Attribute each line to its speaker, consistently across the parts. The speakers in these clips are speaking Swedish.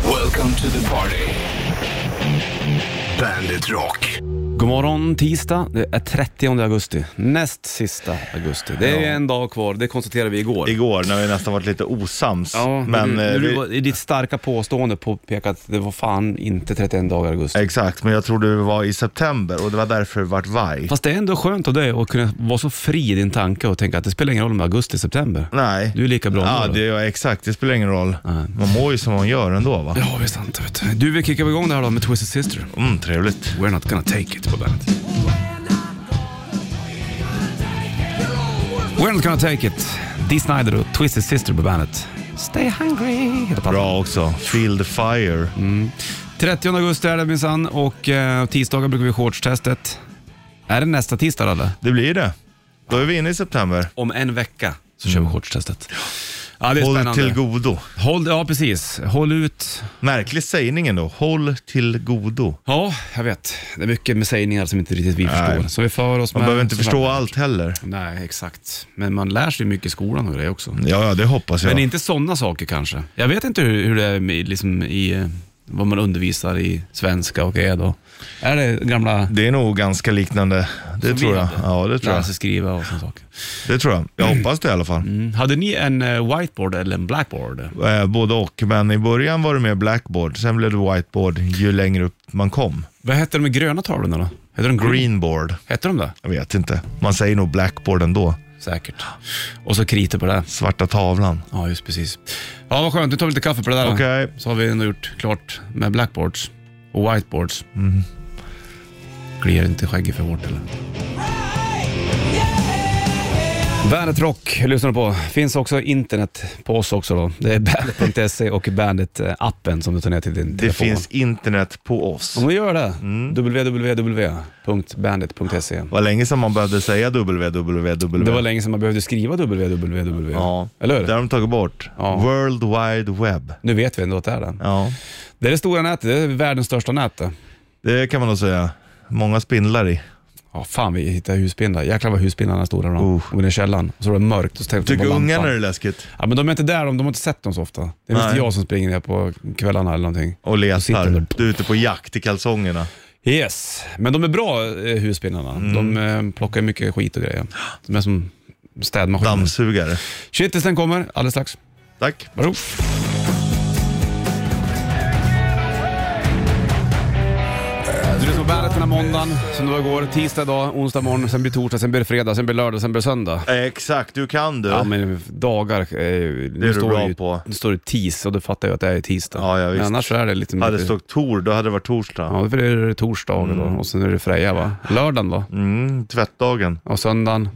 Speaker 1: Welcome to the party. Bandit Rock.
Speaker 2: God morgon tisdag, det är 30 augusti. Näst sista augusti. Det är
Speaker 3: Ja.
Speaker 2: en dag kvar, det konstaterade vi igår.
Speaker 3: Igår när vi nästan varit lite osams.
Speaker 2: Ja, men
Speaker 3: men,
Speaker 2: du,
Speaker 3: eh,
Speaker 2: du,
Speaker 3: vi,
Speaker 2: var- i ditt starka påstående påpekade att det var fan inte 31 dagar i augusti.
Speaker 3: Exakt, men jag tror du var i september och det var därför det vart varg.
Speaker 2: Fast det är ändå skönt av dig att kunna vara så fri i din tanke och tänka att det spelar ingen roll om det är augusti, september.
Speaker 3: Nej.
Speaker 2: Du är lika bra
Speaker 3: Ja,
Speaker 2: ändå,
Speaker 3: det, ja, exakt. Det spelar ingen roll. Man mår ju som man gör ändå va?
Speaker 2: Ja, visst sant. Vet du. du, vi kickar igång det här då med Twisted Sister.
Speaker 3: Mm, trevligt.
Speaker 2: We're not gonna take it på bandet. We're not gonna take it. Dee Snider och Twisted Sister på bandet. Stay hungry heter plattan.
Speaker 3: Bra också. Feel the fire.
Speaker 2: Mm. 30 augusti är det minsann och eh, tisdagar brukar vi shortstestet. Är det nästa tisdag eller?
Speaker 3: Det blir det. Då är vi inne i september.
Speaker 2: Om en vecka så kör vi shortstestet. Mm. Ja, det är
Speaker 3: Håll
Speaker 2: spännande.
Speaker 3: till godo.
Speaker 2: Håll, ja, precis. Håll ut.
Speaker 3: Märklig sägning ändå. Håll till godo.
Speaker 2: Ja, jag vet. Det är mycket med sägningar som inte riktigt vi förstår. Så vi för oss
Speaker 3: Man
Speaker 2: med...
Speaker 3: behöver inte förstå allt heller.
Speaker 2: Nej, exakt. Men man lär sig mycket i skolan och det också.
Speaker 3: Ja, ja, det hoppas jag.
Speaker 2: Men inte sådana saker kanske. Jag vet inte hur, hur det är med, liksom, i eh, vad man undervisar i svenska och är då. Är det gamla
Speaker 3: Det är nog ganska liknande. Det
Speaker 2: Som
Speaker 3: tror
Speaker 2: vi
Speaker 3: jag.
Speaker 2: hade.
Speaker 3: Ja, det tror jag.
Speaker 2: läsa, skriva och sådana saker?
Speaker 3: Det tror jag. Jag hoppas det i alla fall.
Speaker 2: Mm. Hade ni en eh, whiteboard eller en blackboard?
Speaker 3: Eh, både och, men i början var det mer blackboard, sen blev det whiteboard ju längre upp man kom.
Speaker 2: Vad hette de gröna tavlorna då? Hette de green?
Speaker 3: Greenboard,
Speaker 2: Hette de det?
Speaker 3: jag vet inte. Man säger nog blackboard ändå.
Speaker 2: Säkert. Och så kriter på det.
Speaker 3: Svarta tavlan.
Speaker 2: Ja, just precis. Ja, vad skönt. Nu tar vi lite kaffe på det där. då.
Speaker 3: Okej,
Speaker 2: Så har vi ändå gjort klart med blackboards och whiteboards. Mm. Kliar inte skägget för hårt eller? Bandet Rock lyssnar du på. Finns också internet på oss också då. Det är bandet.se E och bandet-appen som du tar ner till din
Speaker 3: det
Speaker 2: telefon.
Speaker 3: finns internet på oss.
Speaker 2: Om vi gör det,
Speaker 3: Mm.
Speaker 2: www.bandit.se.
Speaker 3: Det var länge sedan man behövde säga www.
Speaker 2: E. Det var länge sedan man behövde skriva www.
Speaker 3: Ja,
Speaker 2: Eller hur?
Speaker 3: det har de tagit bort.
Speaker 2: Ja.
Speaker 3: World Wide Web.
Speaker 2: Nu vet vi ändå att det är det.
Speaker 3: Ja,
Speaker 2: Det är det stora nätet, det är världens största nät det.
Speaker 3: det kan man nog säga. Många spindlar i.
Speaker 2: Ja, fan vi hittade husbindlar. Jäklar vad husbindlarna är stora då.
Speaker 3: Oh.
Speaker 2: Och i källaren. Och så var det mörkt och så tänkte
Speaker 3: Tycker
Speaker 2: på lampan.
Speaker 3: ungarna det är läskigt?
Speaker 2: Ja men de är inte där, de, de har inte sett dem så ofta. Det är mest
Speaker 3: Nej.
Speaker 2: jag som springer ner på kvällarna eller någonting.
Speaker 3: Och
Speaker 2: sitter
Speaker 3: letar.
Speaker 2: de-
Speaker 3: Du är ute på jakt i kalsongerna.
Speaker 2: Yes, men de är bra eh, husbindlarna.
Speaker 3: Mm.
Speaker 2: De eh, plockar ju mycket skit och grejer. De är som städmaskiner.
Speaker 3: Dammsugare.
Speaker 2: Shitlisten kommer alldeles strax.
Speaker 3: Tack.
Speaker 2: Varsågod. Du lyssnar på Bandet den här måndagen, som det var igår. Tisdag idag, onsdag morgon, sen blir torsdag, sen blir det fredag, sen blir lördag, sen blir det söndag.
Speaker 3: Eh, Exakt, du kan du.
Speaker 2: Ja men dagar, eh, nu
Speaker 3: är du
Speaker 2: står
Speaker 3: bra
Speaker 2: det ju,
Speaker 3: på.
Speaker 2: Nu står det tis och då fattar jag att det är tisdag.
Speaker 3: Ja, ja, visst.
Speaker 2: Men annars så är det lite
Speaker 3: Hade det
Speaker 2: mycket-
Speaker 3: stått Tor, då hade det varit torsdag.
Speaker 2: Ja, för det är torsdag då och sen är det Freja va? Lördagen då?
Speaker 3: Mm, tvättdagen.
Speaker 2: Och söndagen?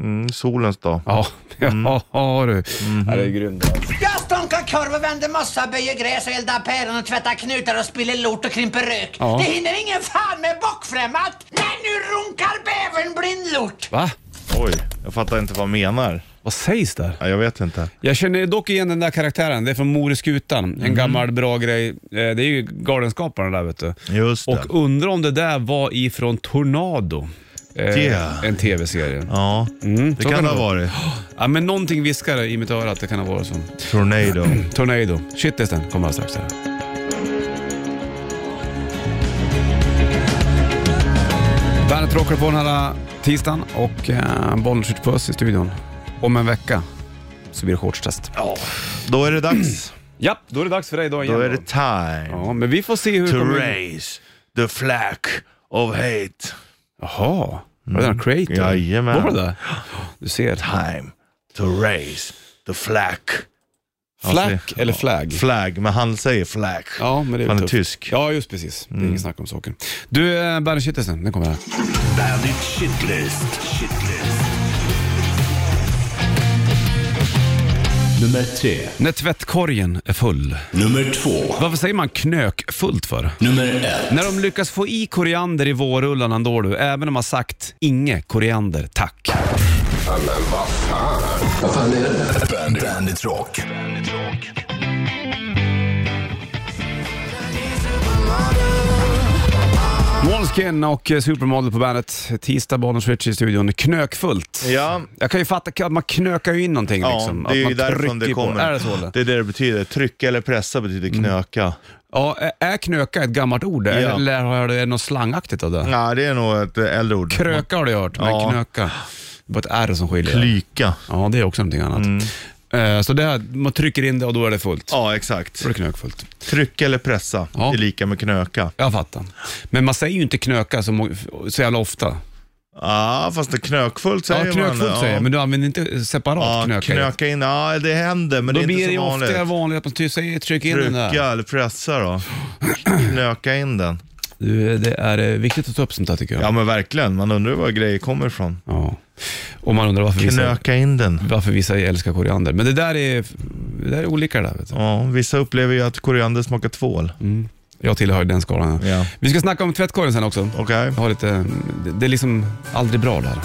Speaker 3: Mm, solens dag.
Speaker 2: Ja,
Speaker 3: Mm.
Speaker 2: ja du.
Speaker 3: Mm-hmm.
Speaker 2: Ja, det är grymt.
Speaker 4: Jag stånkar korv och vänder mossa, böjer gräs och eldar päron och tvättar knutar och spiller lort och krymper rök.
Speaker 2: Ja.
Speaker 4: Det hinner ingen fan med bockfrämmat när nu runkar bävern blind lort.
Speaker 2: Va?
Speaker 3: Oj, jag fattar inte vad han menar.
Speaker 2: Vad sägs där?
Speaker 3: Ja, jag vet inte.
Speaker 2: Jag känner dock igen den där karaktären. Det är från Mor i skutan. En
Speaker 3: Mhm.
Speaker 2: gammal bra grej. Eh, Det är ju Galenskaparna där vet du.
Speaker 3: Just det.
Speaker 2: Och undrar om det där var ifrån Tornado. Eh,
Speaker 3: Yeah.
Speaker 2: En tv-serie.
Speaker 3: ja, det
Speaker 2: så kan
Speaker 3: kan det
Speaker 2: det
Speaker 3: ha varit.
Speaker 2: Ja, men någonting viskar i mitt öra att det kan ha varit så.
Speaker 3: Tornado.
Speaker 2: Tornado. Shitlisten kommer alldeles strax. Här. Bandet rockar på den här tisdagen och eh, bollen skjuts puss i studion. Om en vecka så blir det shortstest.
Speaker 3: Då är det dags.
Speaker 2: Ja, då är det dags för dig idag igen.
Speaker 3: Då är
Speaker 2: då.
Speaker 3: det time
Speaker 2: Ja, men vi får se hur...
Speaker 3: to
Speaker 2: kommer-
Speaker 3: raise the flag of hate.
Speaker 2: Jaha, var det den här Creator?
Speaker 3: Mm. Jajamän.
Speaker 2: Var det det? Du ser.
Speaker 3: Time to raise the flag.
Speaker 2: Flack eller flagg?
Speaker 3: Flag, men han säger flag.
Speaker 2: Ja, men det är
Speaker 3: Han är
Speaker 2: tufft.
Speaker 3: tysk. Mm.
Speaker 2: Ja, just precis. Det är inget snack om saken. Du, eh, Bandit Shitlisten, den kommer här.
Speaker 1: Bandit Shitlist. Shitlist. Nummer tre.
Speaker 2: När tvättkorgen är full.
Speaker 1: Nummer två.
Speaker 2: Varför säger man knökfullt för?
Speaker 1: Nummer ett.
Speaker 2: När de lyckas få i koriander i vårrullarna då du, även om man sagt inge koriander, tack.
Speaker 1: Bandit, Bandit Rock.
Speaker 2: Måns Måneskin och eh, Supermodel på bandet. Tisdag, Bonus Rich i studion. Knökfullt.
Speaker 3: Ja.
Speaker 2: Jag kan ju fatta att man knökar ju in någonting.
Speaker 3: Ja,
Speaker 2: liksom.
Speaker 3: det är
Speaker 2: att
Speaker 3: ju
Speaker 2: man
Speaker 3: därifrån
Speaker 2: trycker
Speaker 3: det
Speaker 2: på.
Speaker 3: kommer.
Speaker 2: Är det så? eller? Mm.
Speaker 3: det är det det betyder. Trycka eller pressa betyder knöka.
Speaker 2: Ja, ä- är knöka ett gammalt ord?
Speaker 3: Ja.
Speaker 2: Eller har jag- är det något slangaktigt av det?
Speaker 3: Ja, det är nog ett äldre ord.
Speaker 2: Kröka har du hört, men
Speaker 3: Ja.
Speaker 2: knöka. Det var ett R som skiljer.
Speaker 3: Klyka.
Speaker 2: Ja, det är också någonting annat. Eh, Så det här, man trycker in det och då är det fullt.
Speaker 3: Mm. Ja, exakt.
Speaker 2: Då är det knökfullt.
Speaker 3: Trycka eller pressa
Speaker 2: Ja.
Speaker 3: är lika med knöka.
Speaker 2: Jag fattar. Men man säger ju inte knöka så, må- så jävla ofta.
Speaker 3: Ja, fast det knökfullt säger
Speaker 2: Ja, knökfullt
Speaker 3: man.
Speaker 2: säger jag, men du använder inte separat
Speaker 3: ja, knöka,
Speaker 2: knöka.
Speaker 3: knöka in. Ja, det händer, men
Speaker 2: Då
Speaker 3: det är
Speaker 2: blir
Speaker 3: inte
Speaker 2: det
Speaker 3: så
Speaker 2: ju
Speaker 3: vanligt.
Speaker 2: ofta vanligt att man ty- säger, trycker in den där.
Speaker 3: Trycka eller pressa då. knöka in den.
Speaker 2: Du, det är eh, viktigt att ta upp sånt här tycker jag.
Speaker 3: Ja, men verkligen. Man undrar var grejer kommer ifrån.
Speaker 2: Ja. Och man undrar varför vissa,
Speaker 3: Knöka in den.
Speaker 2: varför vissa älskar koriander. Men det där är, det där är olika det där. Vet du.
Speaker 3: Ja, vissa upplever ju att koriander smakar tvål.
Speaker 2: Mm. Jag tillhör ju den skalan. ja.
Speaker 3: Ja.
Speaker 2: Vi ska snacka om tvättkorgen sen också.
Speaker 3: Okej.
Speaker 2: Jag har lite, det, det är liksom aldrig bra det här.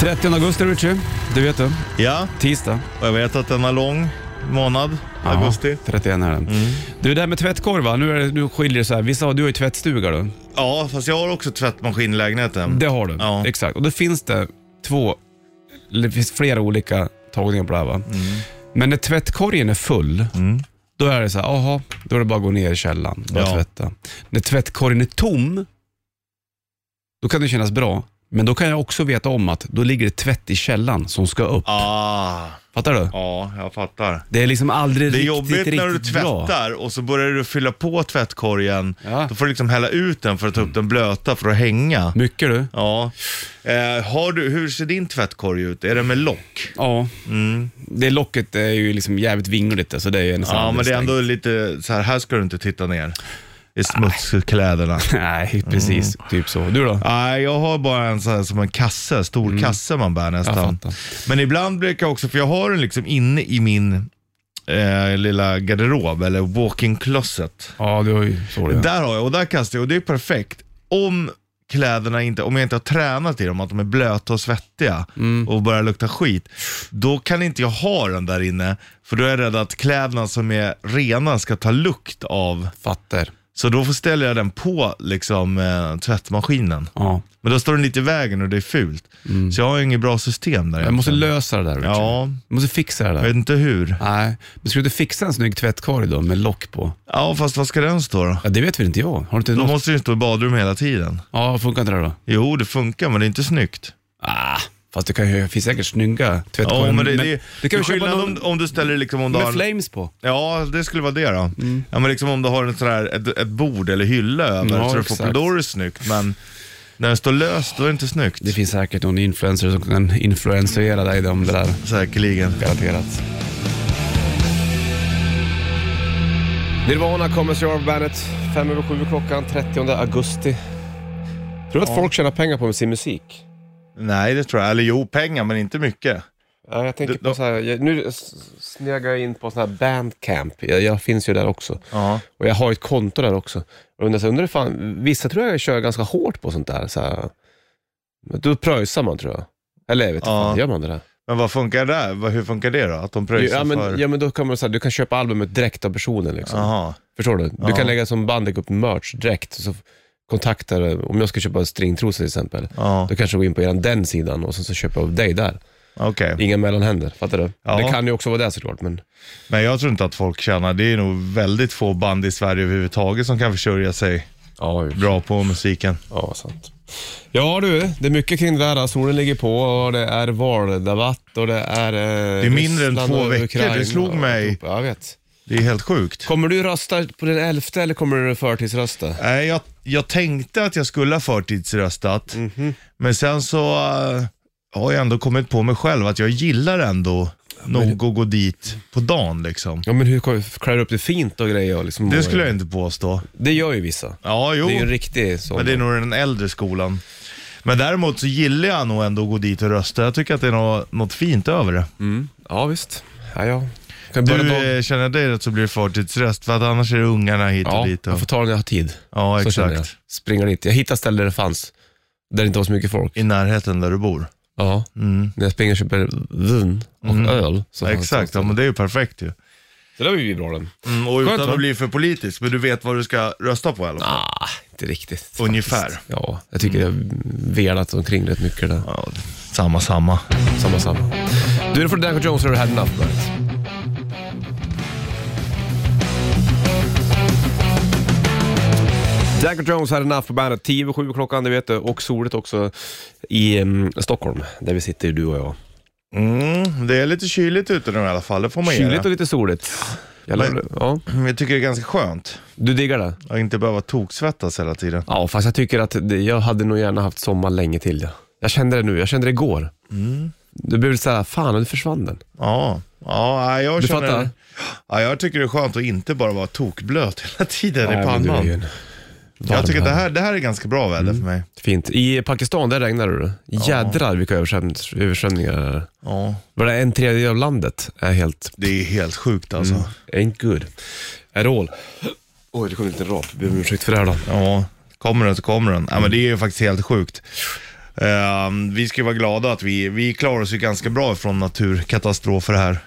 Speaker 2: ...30 augusti, Richie. Det vet du.
Speaker 3: Ja,
Speaker 2: Tisdag.
Speaker 3: och jag vet att den är lång månad, augusti.
Speaker 2: Ja, 31 är den. Du, det här med tvättkorg va? Nu, är det, nu skiljer det så här. Vissa har, du har ju tvättstuga då.
Speaker 3: Ja, fast jag har också tvättmaskin i lägenheten.
Speaker 2: Det har du.
Speaker 3: Ja.
Speaker 2: Exakt. Och då finns det två, eller det finns flera olika tagningar på det här va.
Speaker 3: Mm.
Speaker 2: Men när tvättkorgen är full, då är det så här, aha, då är det bara att gå ner i källaren och börja
Speaker 3: Ja.
Speaker 2: tvätta. När tvättkorgen är tom, då kan det kännas bra. Men då kan jag också veta om att då ligger det tvätt i källaren som ska upp.
Speaker 3: Ah,
Speaker 2: Fattar du?
Speaker 3: ja, jag fattar.
Speaker 2: Det är liksom aldrig
Speaker 3: Det är
Speaker 2: riktigt,
Speaker 3: jobbigt när du
Speaker 2: riktigt bra.
Speaker 3: tvättar och så börjar du fylla på tvättkorgen.
Speaker 2: Ja.
Speaker 3: Då får du liksom hälla ut den för att ta upp den blöta för att hänga.
Speaker 2: Mycket du.
Speaker 3: Ja. Eh, har du, hur ser din tvättkorg ut? Är den med lock?
Speaker 2: Ja. Det locket är ju liksom jävligt vingligt, alltså det är ju en
Speaker 3: Mm. Ja,
Speaker 2: sann
Speaker 3: men det är
Speaker 2: stäng.
Speaker 3: ändå lite så här, här ska du inte titta ner. I smutskläderna.
Speaker 2: Nej, precis.
Speaker 3: Mm.
Speaker 2: Typ så. Du då?
Speaker 3: Nej, jag har bara en sån här som en kasse, stor kasse man bär
Speaker 2: Mm. Jag
Speaker 3: nästan.
Speaker 2: fattar.
Speaker 3: Men ibland brukar jag också, för jag har den liksom inne i min eh, lilla garderob eller walk-in closet.
Speaker 2: Ja, du har ju så det.
Speaker 3: Där har jag och där kastar jag och det är perfekt. Om kläderna inte, om jag inte har tränat i dem, att de är blöta och svettiga
Speaker 2: Mm.
Speaker 3: och börjar lukta skit, då kan inte jag ha den där inne. För då är jag rädd att kläderna som är rena ska ta lukt av.
Speaker 2: Fattar.
Speaker 3: Så då får ställa jag den på liksom eh, tvättmaskinen.
Speaker 2: Ja.
Speaker 3: Men då står den lite i vägen och det är fult. Så jag har ju inget bra system där.
Speaker 2: Mm. Jag måste
Speaker 3: egentligen.
Speaker 2: lösa det där Richard.
Speaker 3: Ja.
Speaker 2: Jag måste fixa det
Speaker 3: jag
Speaker 2: där.
Speaker 3: vet inte hur.
Speaker 2: Nej, men ska du inte fixa en snygg tvättkorg då med lock på?
Speaker 3: Ja, fast vad ska den stå då?
Speaker 2: Ja, det vet väl inte jag. Har du inte
Speaker 3: Då
Speaker 2: något?
Speaker 3: måste den stå i badrum hela tiden.
Speaker 2: Ja, funkar inte det då?
Speaker 3: Jo, det funkar, men det är inte snyggt.
Speaker 2: Ah, fast det kan ju, finns säkert snygga tvättkorgar.
Speaker 3: Ja, men det, det,
Speaker 2: du kan ju köpa
Speaker 3: skillnad
Speaker 2: någon
Speaker 3: om, om du ställer liksom om du
Speaker 2: med
Speaker 3: har...
Speaker 2: flames på.
Speaker 3: Ja, det skulle vara det då. Ja, men liksom om du har en sån här, ett, ett bord eller hylla över
Speaker 2: Ja,
Speaker 3: så du
Speaker 2: exakt.
Speaker 3: får på, då är det snyggt. Men när den står löst, då är det inte snyggt.
Speaker 2: Det finns säkert någon influencer som kan influensera dig om det där.
Speaker 3: Säkerligen.
Speaker 2: Garanterat.
Speaker 5: Nirvana kommer Your Bandet, fem över sju klockan 30 augusti. Tror du att folk tjänar pengar på med sin musik?
Speaker 3: Nej, det tror jag. Eller jo, pengar, men inte mycket.
Speaker 5: Ja, jag tänker
Speaker 3: Det-
Speaker 5: på
Speaker 3: då-
Speaker 5: så här, jag, nu s- snegar jag in på sån här bandcamp. Jag, jag finns ju där också.
Speaker 3: Ja.
Speaker 5: Och jag har ett konto där också. Och undrar, så här, undrar hur fan, vissa tror jag kör ganska hårt på sånt där. Så här, men då pröjsar man tror jag. Eller jag vet inte,
Speaker 3: Ja.
Speaker 5: fan, gör man det där?
Speaker 3: Men vad funkar det där? Vad- Hur funkar det då? Att de pröjsar
Speaker 5: Ja men,
Speaker 3: för...
Speaker 5: ja, men då kan man, så här, du kan köpa albumet direkt av personen. Liksom.
Speaker 3: Aha.
Speaker 5: Förstår du? Du
Speaker 3: Ja.
Speaker 5: kan lägga som bandet upp merch direkt. Så kontaktar, om jag ska köpa stringtrosor till exempel,
Speaker 3: Ja,
Speaker 5: då kanske jag går in på eran den sidan och sen så köper jag av dig där.
Speaker 3: okej.
Speaker 5: Inga mellanhänder, fattar du?
Speaker 3: Ja.
Speaker 5: Det kan ju också vara det såklart, men
Speaker 3: Men jag tror inte att folk tjänar, det är nog väldigt få band i Sverige överhuvudtaget som kan försörja sig
Speaker 5: ja, ju.
Speaker 3: bra på musiken.
Speaker 5: ja, sant. Ja du, det är mycket kring det där. Solen ligger på och det är valdebatt och det är... eh,
Speaker 3: Det är mindre än två veckor, det slog mig.
Speaker 5: Ja, jag vet.
Speaker 3: Det är helt sjukt.
Speaker 5: Kommer du rösta på den 11 eller kommer du förtidsrösta?
Speaker 3: Nej, jag, jag tänkte att jag skulle ha förtidsröstat,
Speaker 5: Mhm.
Speaker 3: men sen så eh, har jag ändå kommit på mig själv att jag gillar ändå nog att gå dit på dagen liksom.
Speaker 5: Ja men hur kommer- klär du upp det fint och grejer? och Liksom,
Speaker 3: Det skulle jag inte påstå.
Speaker 5: Det gör ju vissa.
Speaker 3: Ja, jo.
Speaker 5: Det är ju en riktig sån.
Speaker 3: Men det är nog den äldre skolan. Men däremot så gillar jag nog ändå att gå dit och rösta. Jag tycker att det är något, något fint över det.
Speaker 5: Mm. Ja visst. Ja, ja. Kan börja
Speaker 3: Du
Speaker 5: dagen-
Speaker 3: eh, känner dig rätt så blir det förtidsröst för att annars är det ungarna hit och
Speaker 5: ja,
Speaker 3: dit. Och,
Speaker 5: jag får ta det när jag har tid.
Speaker 3: ja,
Speaker 5: Så känner jag.
Speaker 3: exakt.
Speaker 5: Springa dit. Jag hittar ställen där det fanns. Där det inte var så mycket folk.
Speaker 3: I närheten där du bor.
Speaker 5: Ja.
Speaker 3: Mm.
Speaker 5: När jag springer och köper vin och öl. Så fanns det
Speaker 3: exakt, ja, men det är ju perfekt ju.
Speaker 2: Det där var ju bra den.
Speaker 3: Mm, och utan
Speaker 6: Skönt, va?
Speaker 3: att bli för politisk, men du vet vad du ska rösta på i alla fall.
Speaker 2: Ah, inte riktigt. faktiskt.
Speaker 3: Ungefär.
Speaker 2: Ja, jag tycker jag har velat omkring rätt mycket där.
Speaker 3: Ja, samma, samma.
Speaker 2: Samma, samma. Du, är från Danko Jones och du hade enough Bandet. Danko Jones hade enough på bandet. 10 över 7 klockan, det vet du. Och soligt också i em, Stockholm, där vi sitter du och jag.
Speaker 3: Mm, det är lite kyligt ute nu i alla fall, det får man ge
Speaker 2: Kyligt och
Speaker 3: det.
Speaker 2: lite soligt. Jag lär,
Speaker 3: Men-
Speaker 2: ja.
Speaker 3: Jag tycker det är ganska skönt
Speaker 2: Du diggar det?
Speaker 3: att inte behöva toksvettas hela tiden.
Speaker 2: Ja, fast jag tycker att det, jag hade nog gärna haft sommar länge till. Ja. Jag kände det nu, jag kände det igår. Mm. Du blev såhär, fan nu försvann den.
Speaker 3: Ja, ja jag
Speaker 2: Du
Speaker 3: känner...
Speaker 2: fattar?
Speaker 3: Ja, jag tycker det är skönt att inte bara vara tokblöt hela tiden
Speaker 2: Nej, men
Speaker 3: i
Speaker 2: du är ju
Speaker 3: pannan.
Speaker 2: en varm Mm.
Speaker 3: Jag tycker att det
Speaker 2: herre.
Speaker 3: här, det här är ganska bra väder för mig.
Speaker 2: Fint. I Pakistan, där regnar det. Jädrar vilka översvämnings- översvämningar det är.
Speaker 3: Ja,
Speaker 2: Bara en tredjedel av landet är helt...
Speaker 3: det är helt sjukt alltså.
Speaker 2: Mm. Ain't good. At all. Oj, det kom en liten rap. Ber om ursäkt för det här då.
Speaker 3: Ja, kommer den så kommer den. Ja, men det är ju faktiskt helt sjukt. Ehm, vi ska ju vara glada att vi, vi klarar oss ju ganska bra från naturkatastrofer här.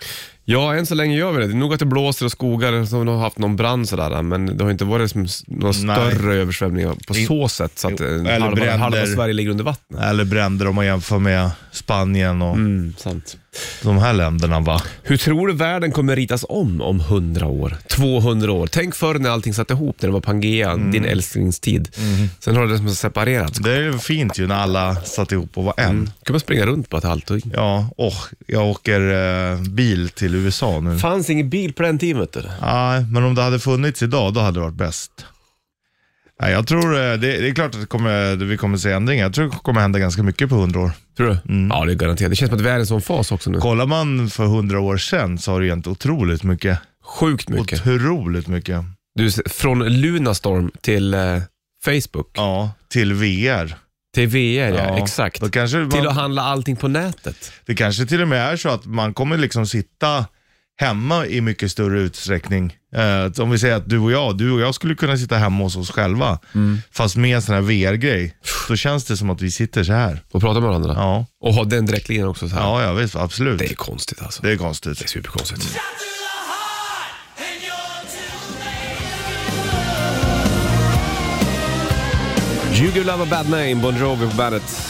Speaker 2: Ja, än så länge gör vi det. Det är nog att det blåser och skogar som har haft någon brand sådär, men det har inte varit som s- några
Speaker 3: Nej.
Speaker 2: större översvämningar på så sätt så att eh,
Speaker 3: eller
Speaker 2: halva,
Speaker 3: bränder.
Speaker 2: halva Sverige ligger under vattnet.
Speaker 3: Eller bränder om man jämför med Spanien och
Speaker 2: Mm, sant.
Speaker 3: de här länderna va.
Speaker 2: Hur tror du världen kommer ritas om om 100 år? 200 år? Tänk förr när allting satt ihop, när det var Pangea,
Speaker 3: Mm.
Speaker 2: din älsklingstid. Sen har det som separerats.
Speaker 3: Det är ju fint ju när alla satt ihop och var en.
Speaker 2: kan man springa runt på ett halvt
Speaker 3: Ja, och jag åker eh, bil till USA nu.
Speaker 2: fanns ingen bil på den tiden vet du.
Speaker 3: Nej, men om det hade funnits idag, då hade det varit bäst. Nej, jag tror, eh, det, det är klart att det kommer, vi kommer se ändringar. Jag tror det kommer hända ganska mycket på hundra år.
Speaker 2: Tror du? Mm. Ja, det är garanterat. Det känns som att vi är i en sån fas också nu.
Speaker 3: Kollar man för hundra år sedan så har det ju hänt otroligt mycket.
Speaker 2: Sjukt mycket.
Speaker 3: Otroligt mycket.
Speaker 2: Du, från Lunarstorm till eh, Facebook,
Speaker 3: Ja, till VR.
Speaker 2: till VR, ja,
Speaker 3: Ja,
Speaker 2: exakt.
Speaker 3: Då kanske man,
Speaker 2: Till att handla allting på nätet.
Speaker 3: Det kanske till och med är så att man kommer liksom sitta hemma i mycket större utsträckning. Eh, om vi säger att du och jag, du och jag skulle kunna sitta hemma hos oss själva.
Speaker 2: Mm.
Speaker 3: Fast med en sån här VR-grej, då känns det som att vi sitter så här.
Speaker 2: Och prata med varandra.
Speaker 3: Ja,
Speaker 2: Och ha den direktlinjen också. Så här.
Speaker 3: ja, ja visst, absolut.
Speaker 2: Det är konstigt alltså.
Speaker 3: Det
Speaker 2: Det
Speaker 3: är konstigt.
Speaker 2: är superkonstigt. You Give Love a Bad Name, Bon Jovi på bandet.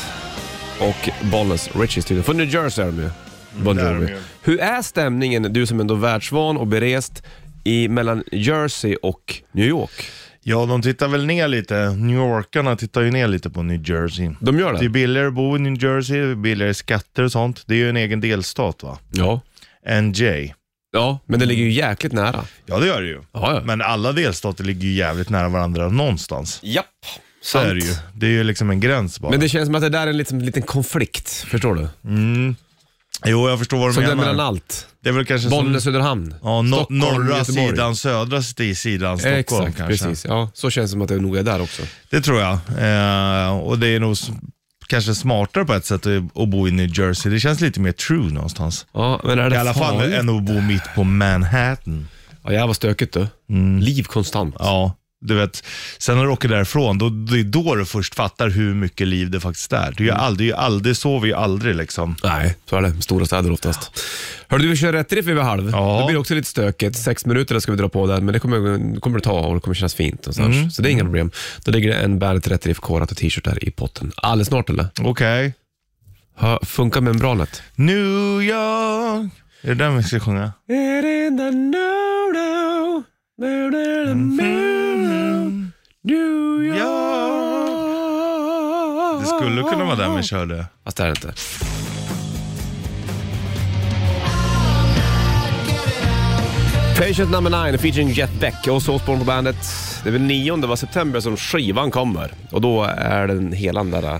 Speaker 2: Och Bollnäs, Richie studion. Från New Jersey är de ju. Bon
Speaker 3: Mm, där är de
Speaker 2: Jovi.
Speaker 3: ju.
Speaker 2: Hur är stämningen, du som ändå är världsvan och berest, i, mellan Jersey och New York?
Speaker 3: Ja, de tittar väl ner lite. New Yorkarna tittar ju ner lite på New Jersey.
Speaker 2: De gör det?
Speaker 3: Det är billigare att bo i New Jersey, billigare skatter och sånt. Det är ju en egen delstat va?
Speaker 2: Ja.
Speaker 3: NJ.
Speaker 2: Ja, men det ligger ju jäkligt nära.
Speaker 3: Ja, det gör det ju.
Speaker 2: Ja, ja.
Speaker 3: Men alla delstater ligger ju jävligt nära varandra någonstans.
Speaker 2: Japp.
Speaker 3: Så är det ju. Det är ju liksom en gräns bara.
Speaker 2: Men det känns som att det där är en liten, liten konflikt, förstår du?
Speaker 3: Jo, jag förstår vad du
Speaker 2: Som den
Speaker 3: menar.
Speaker 2: mellan allt.
Speaker 3: Det är väl kanske
Speaker 2: Bollnäs,
Speaker 3: som...
Speaker 2: Söderhamn.
Speaker 3: Ja, no-
Speaker 2: Stockholm,
Speaker 3: norra
Speaker 2: Göteborg.
Speaker 3: sidan, södra sti- sidan, Stockholm
Speaker 2: Exakt,
Speaker 3: kanske.
Speaker 2: precis. Ja, så känns det som att det nog är där också.
Speaker 3: Det tror jag. Eh, och det är nog s- kanske smartare på ett sätt att, att bo i New Jersey. Det känns lite mer true någonstans.
Speaker 2: Ja, men är det
Speaker 3: I alla fall
Speaker 2: farligt?
Speaker 3: än att bo mitt på Manhattan.
Speaker 2: Ja, jävlar vad stökigt du. Liv konstant.
Speaker 3: Mm. Ja, du vet. Sen när du åker därifrån, då, det är då du först fattar hur mycket liv det faktiskt är. Du är aldrig, du är aldrig, sover ju aldrig liksom.
Speaker 2: Nej, så är det. Stora städer oftast. Hörru du, vi kör rätt riff över halv.
Speaker 3: Ja.
Speaker 2: Det blir också lite stökigt. Sex minuter ska vi dra på där, men det kommer, kommer det ta och det kommer kännas fint. Och sådär.
Speaker 3: Mm.
Speaker 2: Så det är inga problem. Då ligger det en Bandet Rätt Riff korat och t-shirt där i potten. Alldeles snart eller?
Speaker 3: Okej.
Speaker 2: Ha, funkar membranet?
Speaker 3: New York. Är det den vi ska sjunga?
Speaker 2: It in the no, no, no, no, no, New York.
Speaker 3: Det skulle kunna vara den vi körde.
Speaker 2: Fast det är det inte. Patient number 9 featuring Jet Beck och Osbourne på bandet. Det är väl 9 va, september som skivan kommer och då är den hela den där,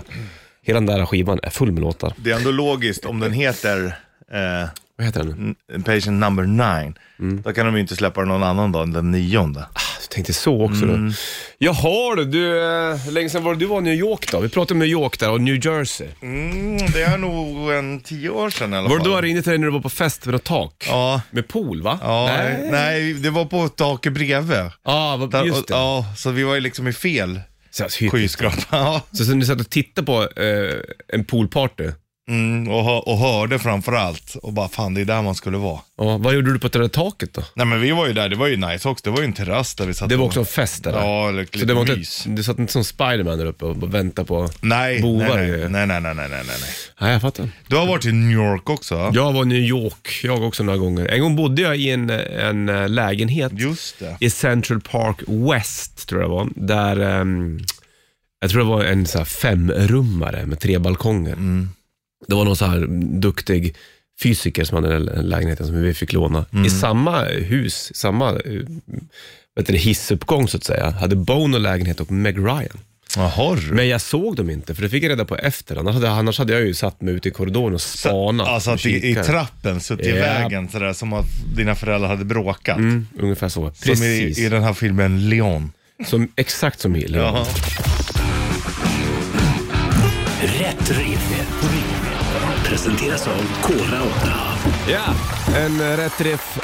Speaker 2: hela den där skivan är full med låtar.
Speaker 3: Det är ändå logiskt om den heter eh,
Speaker 2: Vad heter den?
Speaker 3: n- Patient number nine. Då kan de ju inte släppa den någon annan dag än den nionde.
Speaker 2: Jag tänkte så också
Speaker 3: Mm.
Speaker 2: då. Jaha du, du eh, hur länge sedan var det du var i New York då? Vi pratade om New York där och New Jersey.
Speaker 3: Mm, det är nog en tio år sedan i alla
Speaker 2: Var
Speaker 3: fall.
Speaker 2: det då jag ringde till dig när du var på fest med något tak?
Speaker 3: Ja.
Speaker 2: Med pool va?
Speaker 3: Ja, nej. det var på taket bredvid.
Speaker 2: Ja, vad-
Speaker 3: Där,
Speaker 2: just det.
Speaker 3: Ja, så vi var ju liksom i fel
Speaker 2: Så här,
Speaker 3: skyskrapa. Ja.
Speaker 2: Så sen du satt och tittade på eh, en poolparty
Speaker 3: Mm, och, hö- och hörde framförallt och bara fan det är där man skulle vara.
Speaker 2: Ja, vad gjorde du på det där taket då?
Speaker 3: Nej men vi var ju där, det var ju nice också. Det var ju en terrass där vi satt
Speaker 2: Det var
Speaker 3: och-
Speaker 2: också en fest eller?
Speaker 3: Ja, eller lite
Speaker 2: Så det var inte,
Speaker 3: mys.
Speaker 2: du satt inte som Spiderman där uppe och väntade på
Speaker 3: Nej,
Speaker 2: bovar?
Speaker 3: nej,
Speaker 2: ju.
Speaker 3: nej, nej, nej, nej, nej, nej, nej.
Speaker 2: nej, jag fattar.
Speaker 3: Du har varit i New York också? Ja.
Speaker 2: Jag var i New York, jag också några gånger. En gång bodde jag i en, en eh, lägenhet
Speaker 3: Just det.
Speaker 2: i Central Park West, tror jag det var, där ehm, jag tror det var en så här femrummare med tre balkonger.
Speaker 3: Mm.
Speaker 2: Det var någon så här duktig fysiker som hade den här lägenheten som vi fick låna.
Speaker 3: Mm.
Speaker 2: I samma hus, samma eh, vad heter det, hissuppgång så att säga, hade Bono lägenhet och Meg Ryan.
Speaker 3: Jaha du.
Speaker 2: Men jag såg dem inte, för det fick jag reda på efter. Annars hade, annars hade jag ju satt mig ute i korridoren och spanat.
Speaker 3: Alltså
Speaker 2: och
Speaker 3: att i, i
Speaker 2: kikat.
Speaker 3: trappen, suttit i
Speaker 2: Ja.
Speaker 3: vägen sådär som att dina föräldrar hade bråkat.
Speaker 2: Mm, ungefär så.
Speaker 3: Som i,
Speaker 2: Precis.
Speaker 3: i den här filmen Leon.
Speaker 2: Som, exakt som i Leon.
Speaker 3: Ja.
Speaker 1: Rätt riff. Presenteras av Kora 8.
Speaker 2: Ja, en eh, rätt riff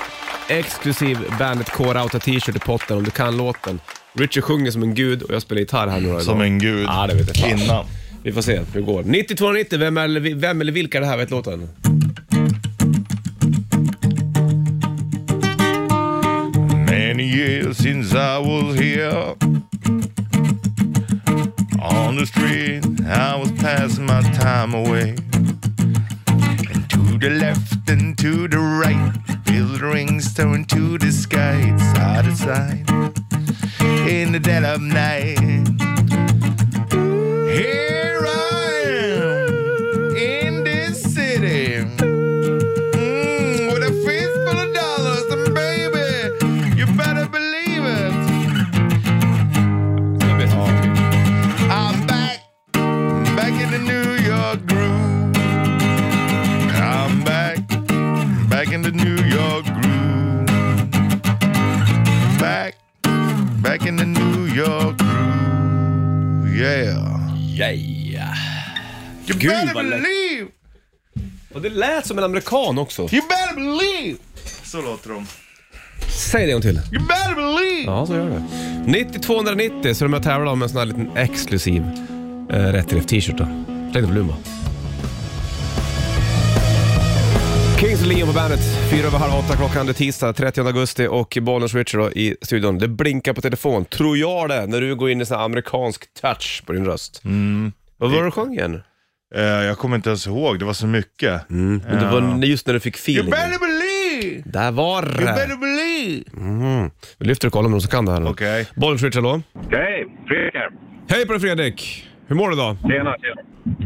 Speaker 2: exklusiv Bandet Core Outta t-shirt i potten om du kan låten. Richard sjunger som en gud och jag spelar gitarr här några
Speaker 3: Som
Speaker 2: dagar.
Speaker 3: en gud.
Speaker 2: Ja, det vet jag.
Speaker 3: Kvinna.
Speaker 2: Vi får se hur det går. 9290, vem eller, vi- vem eller vilka är det här? Vet låten?
Speaker 3: Many years since I was here. On the street, I was passing my time away. And to the left and to the right, buildings turn to the sky, it's side to side. In the dead of night, here I am in this city. Mm, with a fistful of dollars, and baby, you better believe it. I'm back, back in the New York groove. I'm back, back in the New York groove. Back, back in the New York groove. Yeah.
Speaker 2: Yeah.
Speaker 3: You
Speaker 2: Gud,
Speaker 3: better
Speaker 2: vad lätt.
Speaker 3: believe,
Speaker 2: Och det lät som en amerikan också.
Speaker 3: you better believe. Så låter de.
Speaker 2: Säg det en gång till.
Speaker 3: You better believe.
Speaker 2: Ja, så gör det. 9290, så de jag tävlar om en sån här liten exklusiv eh, Rätt Riff t-shirt då. Släng på luren bara. Kings och Leon på bandet. Fyra över halv åtta klockan. Det är tisdag 30 augusti och Bollnäs Richard då i studion. Det blinkar på telefon, tror jag det, när du går in i sån här amerikansk touch på din röst.
Speaker 3: Mm.
Speaker 2: Vad var det du sjöng igen?
Speaker 3: Eh, jag kommer inte ens ihåg, det var så mycket.
Speaker 2: Men Det var just när du fick
Speaker 3: You
Speaker 2: feeling.
Speaker 3: better believe!
Speaker 2: Där var
Speaker 3: You better
Speaker 2: det!
Speaker 3: believe!
Speaker 2: Vi lyfter och kollar med de som kan det här nu.
Speaker 3: Okej.
Speaker 2: Bollnäs Richard, hallå.
Speaker 7: Hej, Fredrik här.
Speaker 2: Hej på dig Fredrik! Hur mår du idag?
Speaker 7: Tjena, tjena.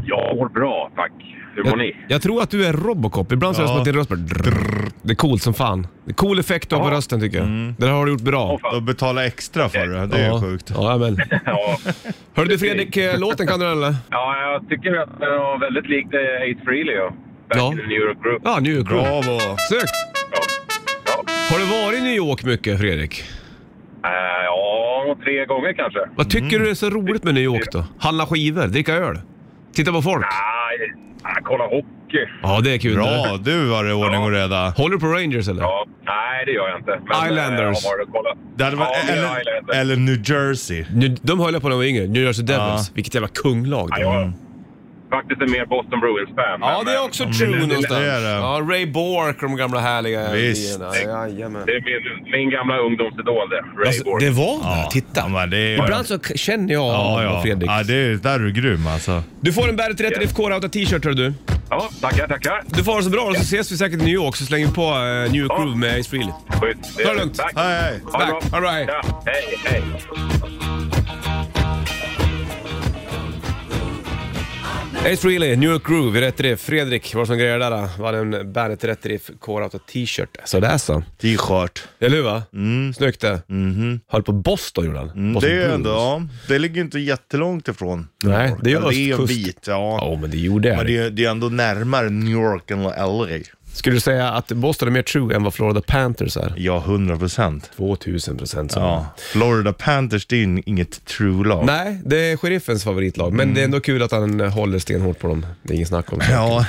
Speaker 7: Jag mår bra, tack. Hur mår ni?
Speaker 2: Jag tror att du är Robocop. Ibland så är det
Speaker 3: Ja.
Speaker 2: som att din röst bara... drrrr. Det är coolt som fan. Det är cool effekt du har på rösten tycker jag. Det där har du gjort bra.
Speaker 7: fan.
Speaker 3: Och betala extra för Mm. det, det är ju sjukt.
Speaker 2: Ja, men.
Speaker 7: Ja,
Speaker 2: Hörde du Fredrik, eh, låten kan du den, eller?
Speaker 7: ja jag tycker att det var väldigt likt eh, Ace Frehley och Back
Speaker 2: Ja.
Speaker 7: in the New York Group.
Speaker 2: Ja, New York Rock.
Speaker 3: Bravo!
Speaker 2: Sökt!
Speaker 7: Ja. Ja.
Speaker 2: Har du varit i New York mycket Fredrik?
Speaker 7: Eh, ja, tre gånger kanske.
Speaker 2: Vad tycker
Speaker 3: Mm.
Speaker 2: du är så roligt med New York då? Handla skivor, dricka öl, titta på folk.
Speaker 7: Nej, nej, kolla hockey.
Speaker 2: Ja, det är kul.
Speaker 3: Ah. Bra, du var det ordning och reda.
Speaker 2: Håller du på Rangers eller?
Speaker 7: Ja, nej, det gör jag inte. Men, eh,
Speaker 2: Islanders.
Speaker 7: Jag har varit och kollat.
Speaker 3: Det hade
Speaker 7: ja,
Speaker 3: varit,
Speaker 7: det är
Speaker 3: eller,
Speaker 7: Islanders.
Speaker 3: eller New Jersey.
Speaker 2: Nu- De höll jag på när de var yngre, New Jersey Devils. Vilket jävla kunglag
Speaker 7: Ja,
Speaker 2: det
Speaker 7: jag är faktiskt en mer Boston Bruins-fan.
Speaker 2: Mm. Ja,
Speaker 7: men- eh,
Speaker 2: det är också true
Speaker 3: Mm. det-
Speaker 2: någonstans.
Speaker 3: det är det.
Speaker 2: Ja, Ray Bork och de gamla härliga
Speaker 3: Visst.
Speaker 2: vyerna. Jajamän.
Speaker 7: Det är min, min gamla ungdomsidol det. Ray
Speaker 2: Alltså,
Speaker 7: Borg.
Speaker 2: det var där,
Speaker 3: Ja,
Speaker 2: titta.
Speaker 3: men det är-
Speaker 2: Ibland så k- känner jag
Speaker 3: Ja,
Speaker 2: av
Speaker 3: ja.
Speaker 2: Fredrik.
Speaker 3: ja det är, där är du grym alltså.
Speaker 2: Du får en Bandet Rätt Riff K-Rauta t-shirt hör du.
Speaker 7: Ja, tackar, tackar.
Speaker 2: Du får ha det så bra och så ses vi säkert i New York så slänger vi på eh, New York Groove med Ace Frehley.
Speaker 7: Schysst.
Speaker 2: Ta det lugnt.
Speaker 7: Tack.
Speaker 3: Hej, hej.
Speaker 7: Ha det
Speaker 2: Tack.
Speaker 7: bra.
Speaker 2: All right.
Speaker 7: Ja, hej, hej.
Speaker 2: Ace Frehley, New York Groove i Rätt Riff. Fredrik var som grejer där. då. Var en Bandet Rätt Riff K-Rauta t-shirt. Så det är så.
Speaker 3: T-shirt.
Speaker 2: Eller hur va? Snyggt det. Höll på Boston gjorde han.
Speaker 3: Mhm. Mm,
Speaker 2: Boston
Speaker 3: Det är ju
Speaker 2: Bruins.
Speaker 3: ändå, ja, det ligger ju inte jättelångt ifrån.
Speaker 2: Nej, det är ju
Speaker 3: Ja, det är en
Speaker 2: östkust.
Speaker 3: bit, ja.
Speaker 2: Ja, men det gjorde jag.
Speaker 3: Men det är, det är ändå närmare New York än LA.
Speaker 2: Skulle du säga att Boston är mer true än vad Florida Panthers är?
Speaker 3: Ja, 100 procent.
Speaker 2: 2000 procent.
Speaker 3: Ja. Florida Panthers, det är ju inget true lag.
Speaker 2: Nej, det är sheriffens favoritlag, men det är ändå kul att han eh, håller stenhårt på dem. Det är ingen snack om det.
Speaker 3: Mm. Ja,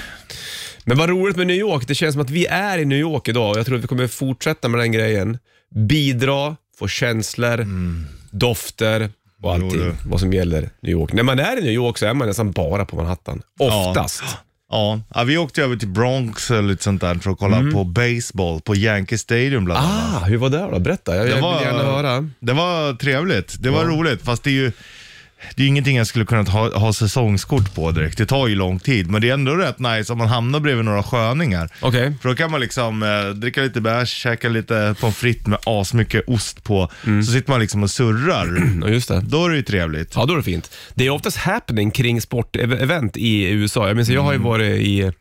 Speaker 2: Men vad roligt med New York. Det känns som att vi är i New York idag och jag tror att vi kommer fortsätta med den grejen. Bidra, få känslor, dofter och allting.
Speaker 3: Mm. du.
Speaker 2: Vad som gäller New York. När man är i New York så är man nästan bara på Manhattan. Oftast.
Speaker 3: Ja. ja, vi åkte över till Bronx eller lite sånt där för att kolla på baseball på Yankee Stadium bland annat.
Speaker 2: Mm. Ah, hur var det då? Berätta, jag, jag
Speaker 3: Det
Speaker 2: vill
Speaker 3: var,
Speaker 2: gärna höra.
Speaker 3: det var trevligt. Det var roligt. Fast det är ju det är ju ingenting jag skulle kunna ha, ha säsongskort på direkt. Det tar ju lång tid. Men det är ändå rätt nice om man hamnar bredvid några sköningar.
Speaker 2: Okej.
Speaker 3: För då kan man liksom eh, dricka lite bärs, käka lite pommes frites med asmycket ost på.
Speaker 2: Mm.
Speaker 3: Så sitter man liksom och surrar.
Speaker 2: Ja, just det.
Speaker 3: Då är det ju trevligt.
Speaker 2: Ja, då är det fint. Det är oftast happening kring sportevent i USA. Jag minns, jag
Speaker 3: Mm.
Speaker 2: har ju varit i...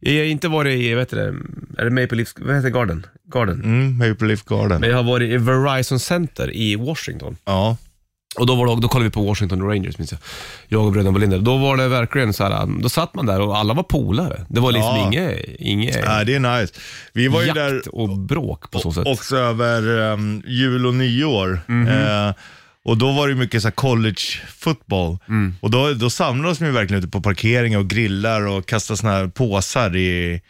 Speaker 2: Jag har inte varit i, vad heter det, är det Maple Leafs, vad heter det, Garden? Garden.
Speaker 3: Mm, Maple Leaf Garden.
Speaker 2: Men jag har varit i Verizon Center i Washington.
Speaker 3: Ja.
Speaker 2: Och då, var det, då kollade vi på Washington Rangers, minns jag. Jag och bröderna Wallinder. Då var det verkligen så här, då satt man där och alla var polare. Det var liksom
Speaker 3: Ja.
Speaker 2: inget, inget
Speaker 3: Nej, Äh, det är nice. Vi var ju
Speaker 2: jakt
Speaker 3: där
Speaker 2: och bråk på så sätt. Mhm.
Speaker 3: också över ehm, jul och nyår. Eh, och då var det ju mycket så här college football.
Speaker 2: Mm.
Speaker 3: Och då, då samlades man ju verkligen ute på parkeringar och grillar och kastade såna här påsar i,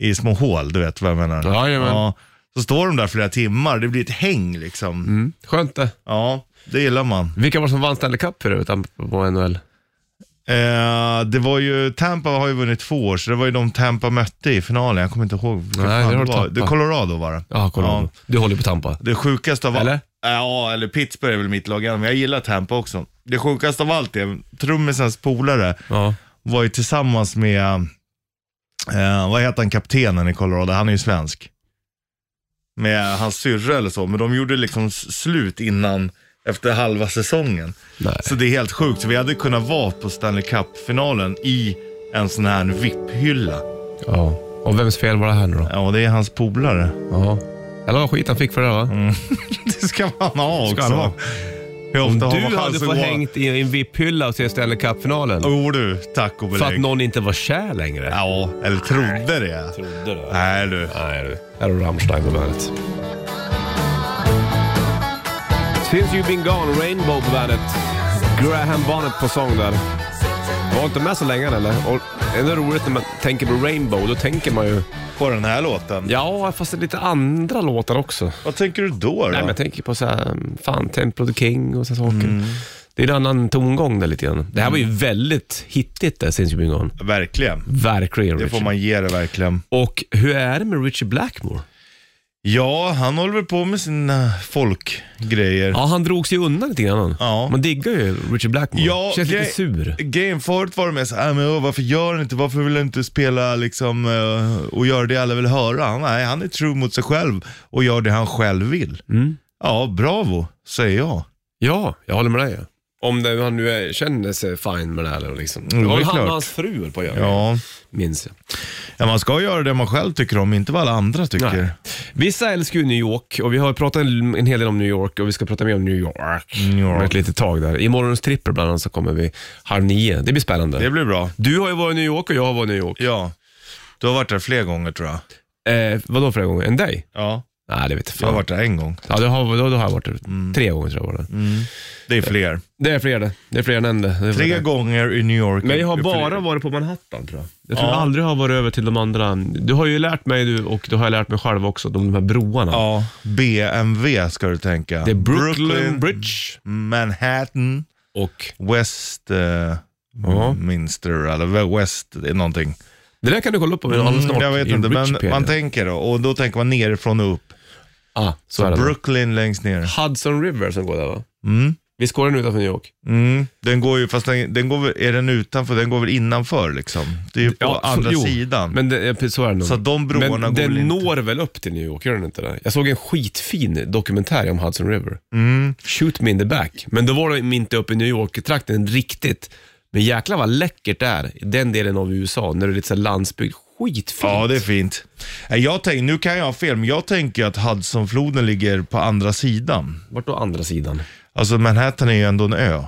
Speaker 3: i små hål, du vet vad jag menar.
Speaker 2: Jajamän.
Speaker 3: så står de där flera timmar, det blir ett häng liksom.
Speaker 2: Mm. Skönt det.
Speaker 3: Ja, det gillar man.
Speaker 2: Vilka var det som vann Stanley Cup för övrigt på NHL?
Speaker 3: Eh, det var ju, Tampa har ju vunnit två år, så det var ju de Tampa mötte i finalen. Jag kommer inte ihåg vilka
Speaker 2: Nej,
Speaker 3: fan
Speaker 2: det har
Speaker 3: det var.
Speaker 2: Tampa.
Speaker 3: Det är Colorado var det.
Speaker 2: Ja, kolla.
Speaker 3: Ja.
Speaker 2: Du håller ju på Tampa.
Speaker 3: Det sjukaste av
Speaker 2: Eller?
Speaker 3: allt. Ja, eller Pittsburgh är väl mitt lag, men jag gillar Tampa också. Det sjukaste av allt är, trummisens polare
Speaker 2: Ja.
Speaker 3: var ju tillsammans med, eh, vad heter han, kaptenen i Colorado, han är ju svensk. Med hans syrra eller så, men de gjorde liksom s- slut innan, efter halva säsongen.
Speaker 2: Nej.
Speaker 3: Så det är helt sjukt, så vi hade kunnat vara på Stanley Cup-finalen i en sån här VIP-hylla.
Speaker 2: ja. Och vems fel var det här nu då?
Speaker 3: Ja, och det är hans polare.
Speaker 2: Ja. Eller vad skit han fick för det där, va?
Speaker 3: Mm. Det ska man ha
Speaker 2: Ska
Speaker 3: också.
Speaker 2: han ha.
Speaker 3: Hur
Speaker 2: Om
Speaker 3: ofta har man
Speaker 2: du
Speaker 3: chans
Speaker 2: hade
Speaker 3: att
Speaker 2: fått
Speaker 3: gå-
Speaker 2: hängt i en VIP-hylla och se Stanley Cup-finalen.
Speaker 3: Jo Oh, du, tack och
Speaker 2: För att
Speaker 3: belägg.
Speaker 2: någon inte var kär längre.
Speaker 3: Ja, eller trodde det.
Speaker 2: Trodde det.
Speaker 3: Nej du.
Speaker 2: Nej du. Här har du Rammstein på bandet. Since you've been gone, Rainbow på bandet. Graham Bonnet på sång där. Var inte med så länge eller? Och det är roligt när man tänker på Rainbow, då tänker man ju...
Speaker 3: På den här låten.
Speaker 2: Ja, fast det är lite andra låtar också.
Speaker 3: Vad tänker du då? då?
Speaker 2: Nej, men jag tänker på så här, fan, Temple of the King och så här saker.
Speaker 3: Mm.
Speaker 2: Det är en annan tongång där lite grann. Det här var ju väldigt hittigt där, Since You've Been Gone.
Speaker 3: Verkligen.
Speaker 2: Verkligen
Speaker 3: Det
Speaker 2: Richie.
Speaker 3: får man ge det verkligen.
Speaker 2: Och hur är det med Richie Blackmore?
Speaker 3: Ja, han håller väl på med sina folkgrejer.
Speaker 2: Ja, han drog sig undan lite grann.
Speaker 3: Ja.
Speaker 2: Man diggar ju Richie Blackmore. Känns lite
Speaker 3: grej-
Speaker 2: sur.
Speaker 3: Grejen förut var det mer såhär, "Äh, men åh, varför gör han inte, varför vill han inte spela liksom eh, och göra det alla vill höra? Han, nej, han är true mot sig själv och gör det han själv vill.
Speaker 2: Mm.
Speaker 3: Ja, bravo, säger jag.
Speaker 2: Ja, jag håller med dig. Om det, han nu är, känner sig fine med det här. Liksom.
Speaker 3: det är
Speaker 2: det var väl han
Speaker 3: klart.
Speaker 2: och hans fru höll på att göra.
Speaker 3: Ja.
Speaker 2: Minns jag.
Speaker 3: ja, man ska göra det man själv tycker om, inte vad alla andra tycker.
Speaker 2: Nej. Vissa älskar ju New York och vi har pratat en, en hel del om New York och vi ska prata mer om New York.
Speaker 3: New York.
Speaker 2: Om ett litet tag där. I morgons trippel bland annat så kommer vi halv nio. Det blir spännande.
Speaker 3: Det blir bra.
Speaker 2: Du har ju varit i New York och jag har varit i New York.
Speaker 3: Ja. Du har varit där fler gånger tror jag.
Speaker 2: Eh, vadå flera gånger? En dig?
Speaker 3: Ja,
Speaker 2: Nej, det vet jag
Speaker 3: jag har
Speaker 2: fan.
Speaker 3: varit Mm. där en gång.
Speaker 2: Ja, det har, då, då har jag varit där. Tre gånger tror jag var det.
Speaker 3: Det är fler.
Speaker 2: Det är fler det. Det är fler än en det. det. är
Speaker 3: Tre
Speaker 2: fler.
Speaker 3: gånger i New York.
Speaker 2: Men jag har
Speaker 3: Det är fler.
Speaker 2: bara varit på Manhattan tror jag. Jag tror
Speaker 3: Ja.
Speaker 2: jag aldrig har varit över till de andra. Du har ju lärt mig du och du har jag lärt mig själv också, de, de här broarna.
Speaker 3: Ja, BMW ska du tänka.
Speaker 2: Det är Brooklyn, Bridge
Speaker 3: Manhattan,
Speaker 2: och...
Speaker 3: West eh,
Speaker 2: Ja.
Speaker 3: Minster eller West någonting.
Speaker 2: Det där kan du kolla upp om vi mm, snart.
Speaker 3: jag vet
Speaker 2: i
Speaker 3: inte, men
Speaker 2: Wikipedia.
Speaker 3: man tänker då. Och då tänker man nerifrån och upp.
Speaker 2: ah, så är det.
Speaker 3: Brooklyn längst ner.
Speaker 2: Hudson River som går där va?
Speaker 3: Mm.
Speaker 2: Vi skårar den utanför New York.
Speaker 3: Mm. Den går ju, fast den, den går, väl- är den utanför? Den går väl innanför liksom? Det är ju på
Speaker 2: så-
Speaker 3: andra
Speaker 2: jo,
Speaker 3: sidan.
Speaker 2: Men det, ja, precis, så är det nog.
Speaker 3: Så de broarna
Speaker 2: men
Speaker 3: går
Speaker 2: den
Speaker 3: väl inte-
Speaker 2: når väl upp till New York, gör den inte det? Jag såg en skitfin dokumentär om Hudson River.
Speaker 3: Mm.
Speaker 2: Shoot me in the back. Men då var de inte uppe i New York-trakten riktigt. Men jäklar vad läckert det är, i den delen av USA, när det är lite så här landsbygd. Skitfint.
Speaker 3: Ja, det är fint. Nej, Jag tänk, nu kan jag ha fel, men jag tänker att Hudsonfloden ligger på andra sidan.
Speaker 2: Vart då andra sidan?
Speaker 3: Alltså Manhattan är ju ändå en ö.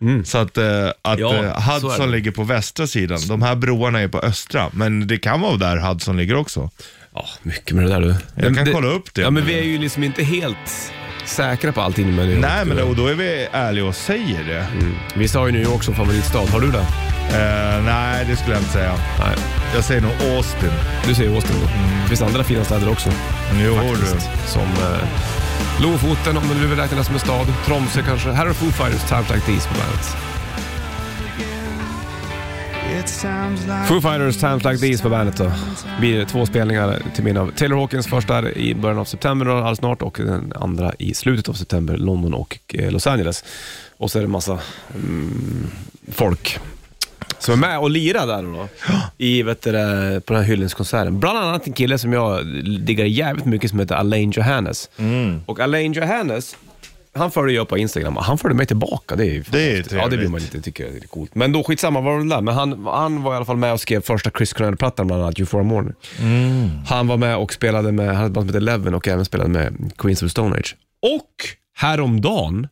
Speaker 2: Mm.
Speaker 3: Så att, eh, att
Speaker 2: Ja,
Speaker 3: eh,
Speaker 2: så är
Speaker 3: Hudson
Speaker 2: det.
Speaker 3: ligger på västra sidan. De här broarna är på östra. Men det kan vara där Hudson ligger också.
Speaker 2: Ja, mycket med det där du.
Speaker 3: Jag kan kolla upp det.
Speaker 2: Ja, men vi är ju liksom inte helt säkra på allting med New York.
Speaker 3: Nej, men då- och då är vi ärliga och säger det.
Speaker 2: Mm. Vissa har ju New York som favoritstad. Har du det?
Speaker 3: Eh, nej, det skulle jag inte säga.
Speaker 2: Nej.
Speaker 3: Jag säger nog Austin.
Speaker 2: Du säger Austin då. Det finns andra fina städer också.
Speaker 3: Nu har du.
Speaker 2: Som eh, Lofoten om du vill räkna det som en stad. Tromsö kanske. Här har Foo Fighters, Times Like These på bandet.
Speaker 3: It
Speaker 5: Foo Fighters, Times Like These på bandet då. Blir två spelningar till min av Taylor Hawkins första i början av september då, alldeles snart och den andra i slutet av september, London och eh, Los Angeles. Och så är det massa mm, folk som är med och lirar där då. I, vet du, det, på den här hyllningskonserten. Bland annat en kille som jag diggar jävligt mycket som heter Alain Johannes.
Speaker 3: Mm.
Speaker 5: Och Alain Johannes, han följer jag på Instagram och han följer mig tillbaka. Det är ju
Speaker 3: Det är ju
Speaker 2: häftigt.
Speaker 3: trevligt.
Speaker 2: Ja, det blir man lite tycker det är coolt. Men då skitsamma vad det där. Men han, han var i alla fall med och skrev första Chris Cornell-plattan bland annat, Euphoria Morning.
Speaker 3: Mm.
Speaker 2: Han var med och spelade med, han hade ett band som hette Eleven och även spelade med Queens of the Stone Age. Och häromdagen,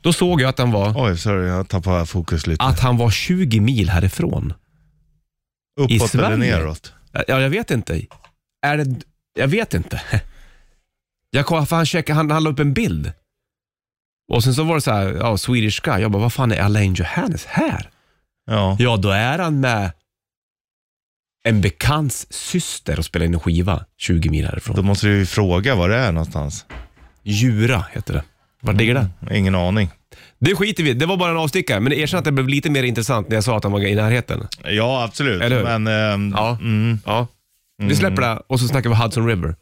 Speaker 2: då såg jag att han var,
Speaker 3: Oj, sorry, jag tappade fokus lite.
Speaker 2: att han var 20 mil härifrån. i
Speaker 3: Uppåt eller
Speaker 2: Sverige?
Speaker 3: neråt?
Speaker 2: Ja, jag vet inte. Är det... Jag vet inte. Jag kollade, för han checkade, han, han la upp en bild. Och sen så var det så här, ja, Swedish guy. Jag bara, vad fan är Alain Johannes här?
Speaker 3: Ja.
Speaker 2: Ja, då är han med en bekants syster och spelar in en skiva 20 mil härifrån.
Speaker 3: Då måste du ju fråga var det är någonstans.
Speaker 2: Djura heter det. Var ligger det?
Speaker 3: Ingen aning.
Speaker 2: Det skiter vi i. Det var bara en avstickare, men erkänn att det blev lite mer intressant när jag sa att han var i närheten.
Speaker 3: Ja, absolut.
Speaker 2: Eller hur?
Speaker 3: Men ehm,
Speaker 2: Ja.
Speaker 3: mm,
Speaker 2: Ja. Vi släpper det och så snackar vi Hudson River.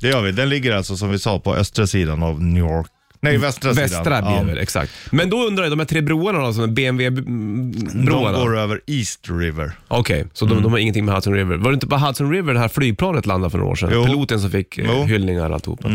Speaker 3: det gör vi. Den ligger alltså som vi sa på östra sidan av New York. Nej, västra,
Speaker 2: Västra
Speaker 3: sidan.
Speaker 2: Bieber, exakt. Men då undrar jag, de här tre broarna då, som är
Speaker 3: De
Speaker 2: BMW-broarna?
Speaker 3: går Mm. över East River.
Speaker 2: Okej, så de, de har ingenting med Hudson River. Var det inte på Hudson River det här flygplanet landade för några år sedan?
Speaker 3: Jo.
Speaker 2: Piloten som fick eh,
Speaker 3: Jo. Mm.
Speaker 2: hyllningar och alltihopa.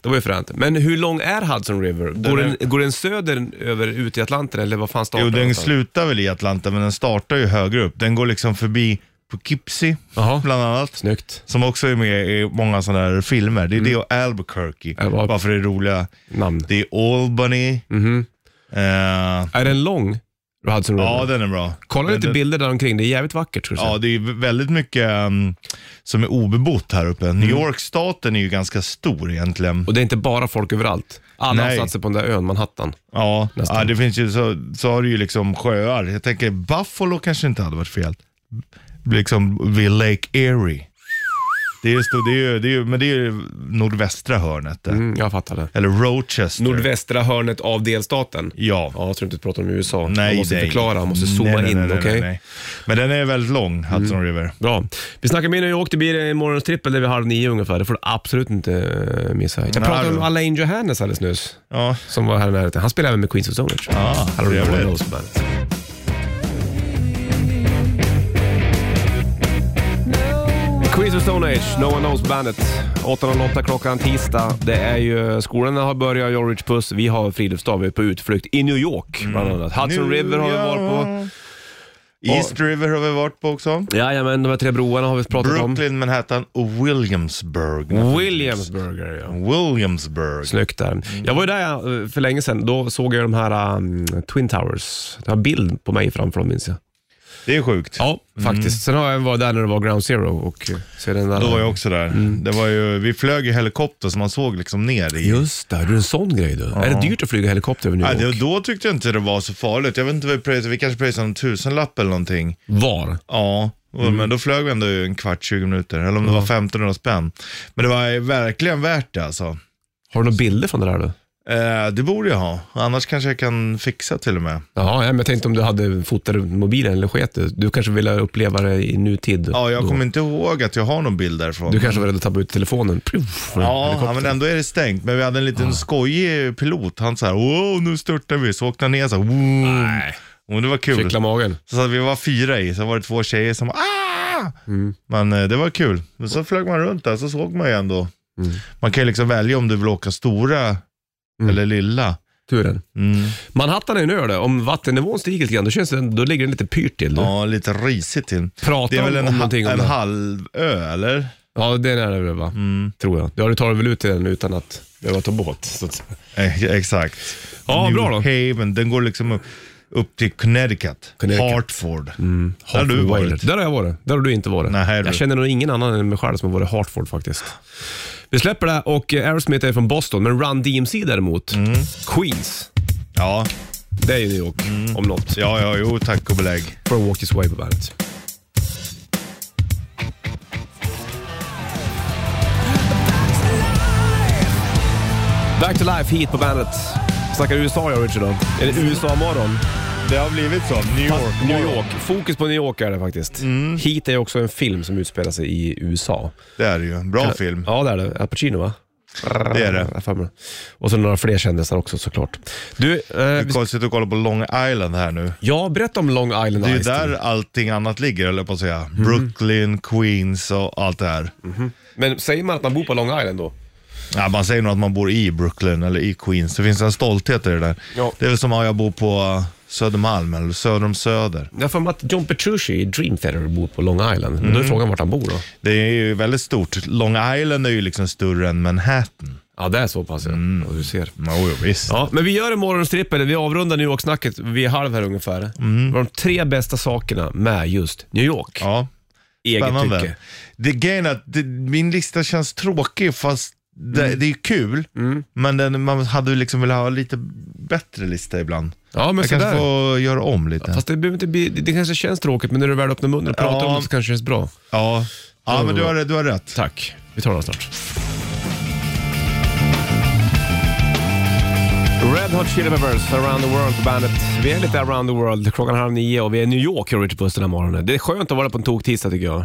Speaker 2: Det var ju fränt. Men hur lång är Hudson River? Går
Speaker 3: Den
Speaker 2: den, går den söder över ut i Atlanten eller vad fan startar
Speaker 3: Jo, den
Speaker 2: någonstans?
Speaker 3: slutar väl i Atlanta, men den startar ju högre upp. Den går liksom förbi Poughkeepsie,
Speaker 2: Jaha.
Speaker 3: bland annat.
Speaker 2: Snyggt.
Speaker 3: Som också är med i många sådana här filmer. Det är det och Albuquerque.
Speaker 2: Mm. Ja, vad-
Speaker 3: Bara för det är roliga.
Speaker 2: Namn.
Speaker 3: Det är Albany.
Speaker 2: Mhm.
Speaker 3: Eh,
Speaker 2: Är den lång? Hudson River?
Speaker 3: ja, den är bra.
Speaker 2: Kolla
Speaker 3: den,
Speaker 2: lite
Speaker 3: den-
Speaker 2: bilder där omkring. det är jävligt vackert skulle jag säga.
Speaker 3: Ja, det är ju väldigt mycket ehm, som är obebott här uppe.
Speaker 2: Mm.
Speaker 3: New York-staten är ju ganska stor egentligen.
Speaker 2: Och det är inte bara folk överallt. Alla har
Speaker 3: Nej.
Speaker 2: satt sig på den där ön, Manhattan.
Speaker 3: Ja,
Speaker 2: Nästan.
Speaker 3: ja det finns ju så, så har du ju liksom sjöar. Jag tänker Buffalo kanske inte hade varit fel. Liksom vid Lake Erie. Det är just, det är ju, det är ju, men det är ju nordvästra hörnet där.
Speaker 2: Mm, jag fattar det.
Speaker 3: Eller Rochester.
Speaker 2: Nordvästra hörnet av delstaten.
Speaker 3: Ja.
Speaker 2: Ja, jag tror inte du pratar om USA.
Speaker 3: Nej,
Speaker 2: man måste
Speaker 3: nej.
Speaker 2: förklara, man måste zooma
Speaker 3: Nej, nej,
Speaker 2: in.
Speaker 3: nej, nej,
Speaker 2: okej? Mm.
Speaker 3: nej. Men den är väldigt lång, Hudson River.
Speaker 2: Bra. Vi snackar mer New York. Det blir morgonens trippel där vi halv nio ungefär. Det får du absolut inte eh, missa. Jag
Speaker 3: Nej,
Speaker 2: pratade om
Speaker 3: du.
Speaker 2: Alain Johannes alldeles nyss,
Speaker 3: Ja.
Speaker 2: som var här i närheten. Han spelar även med Queens of Stone Age.
Speaker 3: Ah,
Speaker 2: Här har du
Speaker 3: trevligt.
Speaker 2: Rolling Stones på bandet. Queens of Stone Age, No One Knows Bandet. 8.08 klockan tisdag. Det är ju, skolorna har börjat, jag och Rich Puss, vi har friluftsdag, vi är på utflykt i New York bland annat. Hudson
Speaker 3: Mm. New
Speaker 2: River har vi varit på.
Speaker 3: East River har vi varit på också.
Speaker 2: Jajamän, de här tre broarna har vi pratat om.
Speaker 3: Brooklyn, Manhattan och Williamsburg.
Speaker 2: Williamsburger, ja.
Speaker 3: Williamsburg.
Speaker 2: Snyggt där.
Speaker 3: Mm.
Speaker 2: Jag var ju där eh, för länge sedan. Då såg jag de här um, Twin Towers. Det har bild på mig framför dem minns jag.
Speaker 3: Det är sjukt.
Speaker 2: Ja, faktiskt. Sen har jag varit där när det var Ground Zero och eh, så är den där.
Speaker 3: Mm. Då var jag också där.
Speaker 2: Mm.
Speaker 3: Det var ju, vi flög i helikopter så man såg liksom ner i.
Speaker 2: Just det, du är en sån grej du. Är det dyrt att flyga helikopter över New
Speaker 3: Ja,
Speaker 2: York?
Speaker 3: det, då tyckte jag inte det var så farligt. Jag vet inte vad vi pröjsade, vi kanske pröjsade en tusenlapp eller någonting.
Speaker 2: Var?
Speaker 3: Ja, och-
Speaker 2: Mm.
Speaker 3: men då flög vi ändå en kvart, 20 minuter. Eller om det var 1500 spänn. Men det var verkligen värt det alltså.
Speaker 2: Har du några bilder från det där du?
Speaker 3: Eh, det borde jag ha, annars kanske jag kan fixa till och med.
Speaker 2: Jaha, ja, men jag tänkte om du hade fotat runt mobilen eller sket det. Du kanske ville uppleva det i nutid?
Speaker 3: Ja, jag
Speaker 2: då.
Speaker 3: kommer inte ihåg att jag har någon bild därifrån.
Speaker 2: Du kanske var rädd att tappa ut telefonen? Pruff,
Speaker 3: Ja, ja,
Speaker 2: helikopter.
Speaker 3: men ändå är det stängt. Men vi hade en liten skojig pilot. Han så här, wow, nu störtar vi. Så åkte han ner så här, Nej. Och det var kul.
Speaker 2: Kittla magen.
Speaker 3: Så satt vi var fyra i, så var det två tjejer som ah!
Speaker 2: Mm.
Speaker 3: Men eh, det var kul. Men så flög man runt där, så såg man ju ändå.
Speaker 2: Mm.
Speaker 3: Man kan ju liksom välja om du vill åka stora eller lilla.
Speaker 2: Turen.
Speaker 3: Mm.
Speaker 2: Manhattan är en ö då. Om vattennivån stiger lite grann, då, känns det, då ligger den lite pyrt till. Du.
Speaker 3: Ja, lite risigt till.
Speaker 2: Prata
Speaker 3: Det är
Speaker 2: om,
Speaker 3: väl en,
Speaker 2: om
Speaker 3: ha- Mm.
Speaker 2: någonting om
Speaker 3: en
Speaker 2: det.
Speaker 3: halvö, eller?
Speaker 2: Ja, det är det väl va? Tror jag. Ja, du tar väl ut till den utan att behöva ta båt. Så att...
Speaker 3: Eh, exakt.
Speaker 2: Ja,
Speaker 3: New
Speaker 2: bra då.
Speaker 3: Haven, den går liksom upp, upp till Connecticut.
Speaker 2: Connecticut. Mm.
Speaker 3: Hartford. Där har du varit.
Speaker 2: Där har jag varit. Där har du inte varit.
Speaker 3: Nej, här är
Speaker 2: jag
Speaker 3: du.
Speaker 2: känner nog ingen annan än mig själv som har varit i Hartford faktiskt. Vi släpper det här och eh, Aerosmith är från Boston, men Run DMC däremot,
Speaker 3: Mm.
Speaker 2: Queens,
Speaker 3: Ja,
Speaker 2: det är ju New York
Speaker 3: Mm.
Speaker 2: om något.
Speaker 3: ja, ja, jo, tack och belägg.
Speaker 2: For a Walk This Way på bandet.
Speaker 3: Mm.
Speaker 2: Back to life hit på bandet. Snackar USA jag Richard då. Är det USA-morgon?
Speaker 3: Det har blivit så. New York.
Speaker 2: New York. Fokus på New York är det faktiskt.
Speaker 3: Mm.
Speaker 2: Heat är också en film som utspelar sig i USA.
Speaker 3: Det är det ju. Bra film.
Speaker 2: Ja, det är det. Al Pacino va?
Speaker 3: Det är det.
Speaker 2: Jag har för mig det. Och så några fler kändisar också såklart. Du, eh,
Speaker 3: Det är konstigt att kolla på Long Island här nu.
Speaker 2: jag berättade om Long Island
Speaker 3: Det är ju
Speaker 2: Ice Tea.
Speaker 3: där allting annat ligger, eller på att säga.
Speaker 2: Mm.
Speaker 3: Brooklyn, Queens och allt det här.
Speaker 2: Men säger man att man bor på Long Island då?
Speaker 3: Ja, man säger nog att man bor i Brooklyn eller i Queens. Det finns en stolthet i det där.
Speaker 2: Ja.
Speaker 3: Det är väl som att jag bor på eh, Södermalm eller söder om Söder.
Speaker 2: Jag har för mig att John Petrucci i Dream Theater bor på Long Island. Men Då
Speaker 3: Mm.
Speaker 2: är frågan vart han bor då?
Speaker 3: Det är ju väldigt stort. Long Island är ju liksom större än Manhattan.
Speaker 2: Ja, det är så pass ja.
Speaker 3: Mm.
Speaker 2: ja du ser.
Speaker 3: Jo, jo visst.
Speaker 2: Ja, men vi gör en morgonstrippel. Vi avrundar New York-snacket vid halv här ungefär. Vad är de tre bästa sakerna med just New York?
Speaker 3: Mm. Ja.
Speaker 2: Eget
Speaker 3: Spännande.
Speaker 2: tycke.
Speaker 3: Det grejen är att det, min lista känns tråkig fast det,
Speaker 2: Mm.
Speaker 3: det är ju kul. Men den, man hade ju liksom velat ha lite bättre lista ibland.
Speaker 2: Ja, men
Speaker 3: Jag kanske
Speaker 2: sådär.
Speaker 3: får göra om lite.
Speaker 2: Fast det, behöver inte bli, det det kanske känns tråkigt, men när du väl öppnar munnen och pratar
Speaker 3: Ja.
Speaker 2: om det så kanske det känns bra.
Speaker 3: Ja, ja men du har, du har rätt.
Speaker 2: Tack. Vi tar den snart. Red Hot Chili Peppers, Around the World på bandet. Vi är lite around the world. Klockan är halv nio och vi är i New York i Richard Puss den här morgonen. Det är skönt att vara på en toktisdag tycker jag.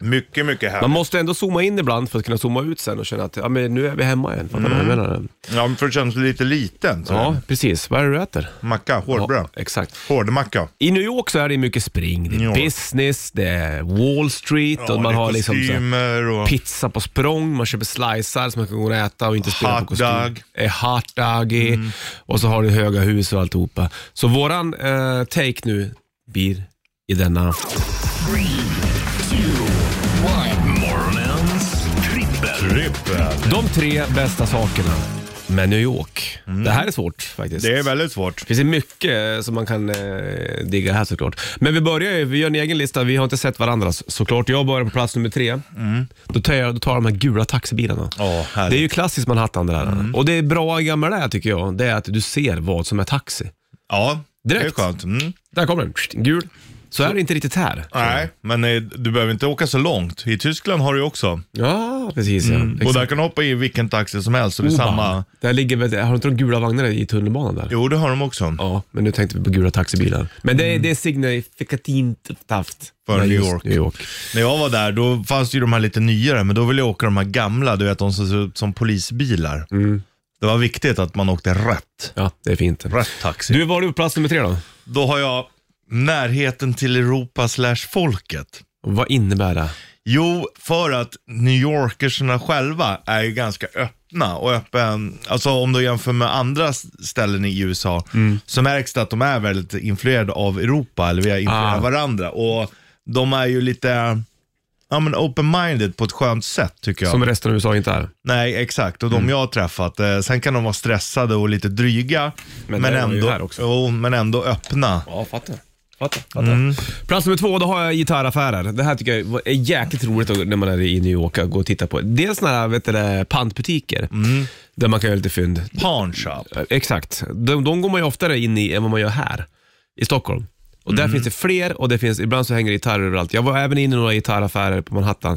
Speaker 3: Mycket, mycket här.
Speaker 2: Man måste ändå zooma in ibland för att kunna zooma ut sen och känna att ja, men nu är vi hemma igen. Fattar du vad jag menar?
Speaker 3: Ja, men för det känns lite liten. Så.
Speaker 2: Ja, precis. Vad är det du äter?
Speaker 3: Macka, hårdbröd.
Speaker 2: Ja, exakt.
Speaker 3: Hårdmacka.
Speaker 2: I New York så är det mycket spring. Det är
Speaker 3: Ja.
Speaker 2: business, det är Wall Street och man
Speaker 3: det är
Speaker 2: har liksom så här-
Speaker 3: kostymer och...
Speaker 2: pizza på språng, man köper slicear som man kan gå och äta och inte spela på
Speaker 3: Hot
Speaker 2: kostym.
Speaker 3: dog. Mm.
Speaker 2: Eh, Hot dog. i. Och så har du höga hus och alltihopa. Så våran eh, take nu blir i denna.
Speaker 1: Morgonens trippel.
Speaker 3: Trippel.
Speaker 2: De tre bästa sakerna med New York. Det här är svårt faktiskt.
Speaker 3: Mm. Det är väldigt svårt.
Speaker 2: Det finns ju mycket eh, som man kan eh, digga här såklart. Men vi börjar ju, vi gör en egen lista. Vi har inte sett varandras såklart. Jag börjar på plats nummer tre.
Speaker 3: Mm.
Speaker 2: Då, tar jag, då tar jag de här gula taxibilarna.
Speaker 3: Ja, härligt.
Speaker 2: det är ju klassiskt Manhattan det där. Och det är bra i gamla det här tycker jag. Det är att du ser vad som är taxi.
Speaker 3: Ja,
Speaker 2: Direkt.
Speaker 3: det är skönt. Mm.
Speaker 2: Där kommer den, Pst, gul. Så är det inte riktigt här.
Speaker 3: Nej, men eh, du behöver inte åka så långt. I Tyskland har du ju också.
Speaker 2: Ja, precis ja.
Speaker 3: Och där
Speaker 2: Exakt. Oh,
Speaker 3: kan du hoppa i vilken taxi som helst. Och det är samma...
Speaker 2: Där ligger, väl- har du inte de gula vagnarna i tunnelbanan där?
Speaker 3: Jo, det har de också.
Speaker 2: Ja, men nu tänkte vi på gula taxibilar. Men det, är det är signifikativt haft.
Speaker 3: För
Speaker 2: med
Speaker 3: New
Speaker 2: just
Speaker 3: York.
Speaker 2: Mm. New York.
Speaker 3: När jag var där, då fanns det ju de här lite nyare, men då ville jag åka de här gamla, du vet de som ser ut som polisbilar.
Speaker 2: Mm.
Speaker 3: Det var viktigt att man åkte rätt.
Speaker 2: Ja, det är fint.
Speaker 3: Rätt taxi.
Speaker 2: Du, var har du på plats nummer tre då?
Speaker 3: Då har jag närheten till Europa slash folket.
Speaker 2: Vad innebär det?
Speaker 3: Jo, för att New Yorkerserna själva är ju ganska öppna och öppen, alltså om du jämför med andra s- ställen i USA,
Speaker 2: Mm.
Speaker 3: så märks det att de är väldigt influerade av Europa, eller vi är influerade
Speaker 2: Ah.
Speaker 3: av varandra. Och de är ju lite, ja men open-minded på ett skönt sätt tycker jag.
Speaker 2: Som Mm. resten av USA inte är.
Speaker 3: Nej, exakt. Och de jag har träffat. Eh, sen kan de vara stressade och lite dryga.
Speaker 2: Men
Speaker 3: Men,
Speaker 2: det är de ju här
Speaker 3: ändå,
Speaker 2: också.
Speaker 3: jo, men ändå öppna.
Speaker 2: Ja, fattar. Fattar, fattar. Plats nummer två, då har jag gitarraffärer. Det här tycker jag är jäkligt roligt att- när man är i New York att gå och titta på. Dels sådana här vet du, det, pantbutiker, där man kan göra lite fynd.
Speaker 3: Pawn shop.
Speaker 2: Exakt. De, de går man ju oftare in i än vad man gör här i Stockholm. Och Där finns det fler och det finns, ibland så hänger det gitarrer överallt. Jag var även inne i några gitarraffärer på Manhattan.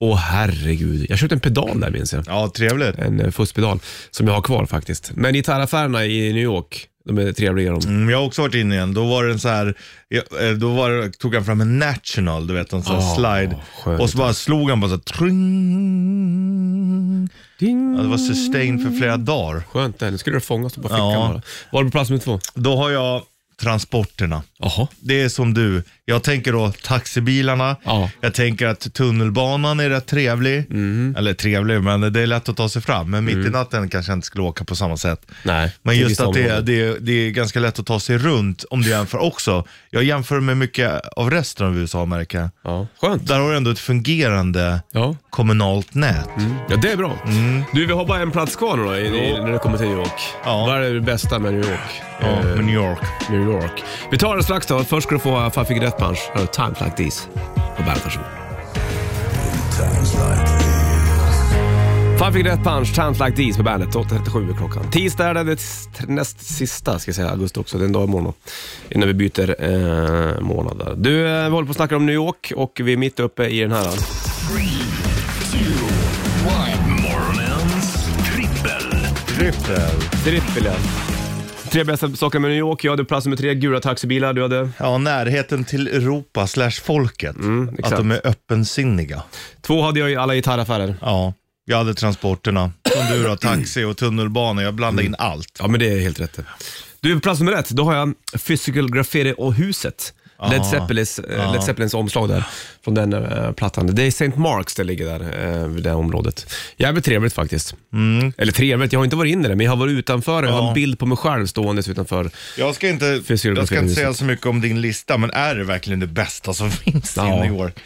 Speaker 2: Åh herregud, jag köpte en pedal där minns jag.
Speaker 3: Ja, trevligt.
Speaker 2: En eh, fusspedal som jag har kvar faktiskt. Men gitarraffärerna i New York, de är trevliga de.
Speaker 3: Mm, jag har också varit inne i en. Då var det en så här, ja, eh, då var det, tog han fram en national, du vet en sån här
Speaker 2: Ah,
Speaker 3: slide.
Speaker 2: skönt.
Speaker 3: Och så bara slog han bara så här, tring. Ja, det var sustain för flera dagar.
Speaker 2: Skönt det, nu skulle det fångas på fickan
Speaker 3: Ja.
Speaker 2: bara. Var det på plats nummer två?
Speaker 3: Då har jag transporterna.
Speaker 2: Jaha.
Speaker 3: Det är som du. Jag tänker då taxibilarna.
Speaker 2: Ja.
Speaker 3: Jag tänker att tunnelbanan är rätt trevlig.
Speaker 2: Mm.
Speaker 3: Eller trevlig, men det är lätt att ta sig fram. Men mitt i natten kanske jag inte skulle åka på samma sätt.
Speaker 2: Nej,
Speaker 3: Men
Speaker 2: till
Speaker 3: just
Speaker 2: vissa
Speaker 3: att det,
Speaker 2: områden.
Speaker 3: det, det är ganska lätt att ta sig runt om du jämför också. Jag jämför med mycket av resten av USA märker jag.
Speaker 2: Ja. Skönt.
Speaker 3: Där har du ändå ett fungerande
Speaker 2: Ja. Mm.
Speaker 3: kommunalt nät.
Speaker 2: ja, det är bra.
Speaker 3: Mm.
Speaker 2: Du, vi har bara en plats kvar nu då, i, i, när det kommer till New York.
Speaker 3: Ja.
Speaker 2: Vad är det bästa med New York?
Speaker 3: Ja,
Speaker 2: Eh,
Speaker 3: med New York.
Speaker 2: New York. Vi tar det strax då. Först ska du få äh, Five Finger Death Punch. Här är Times Like These på Bandet Varsågod. Five Finger Death Punch, Times Like These på Bandet. 8.37 är klockan. Tisdag är det, det t- näst sista ska jag säga, augusti också. Det är en dag imorgon då, innan vi byter eh, månader. Du, eh, vi håller på att snacka om New York och vi är mitt uppe i den här. alltså. då.
Speaker 1: Morgonens trippel.
Speaker 3: Trippel.
Speaker 2: Trippel ja. Tre bästa saker med New York. Jag hade plats nummer tre, gula taxibilar. Du hade
Speaker 3: Ja, närheten till Europa slash folket. att
Speaker 2: Mm, exakt.
Speaker 3: de är öppensinniga.
Speaker 2: två, hade jag i alla gitarraffärer.
Speaker 3: Ja, jag hade transporterna. Som du då, taxi och tunnelbana. Jag blandade in allt.
Speaker 2: Ja, men det är helt rätt. Du, plats nummer ett, då har jag Physical Graffiti och Huset. Led, Zeppelins, eh, Led Zeppelins omslag där, från den eh, plattan. Det är St. Marks det ligger där, eh, vid det området. Jävligt trevligt faktiskt. Eller trevligt, jag har inte varit inne där, men jag har varit utanför. Jag har en bild på mig själv ståendes utanför.
Speaker 3: Jag ska inte,
Speaker 2: Fysiologi-
Speaker 3: jag ska inte säga så mycket om din lista, men är det verkligen det bästa som finns
Speaker 2: Ja.
Speaker 3: i New York?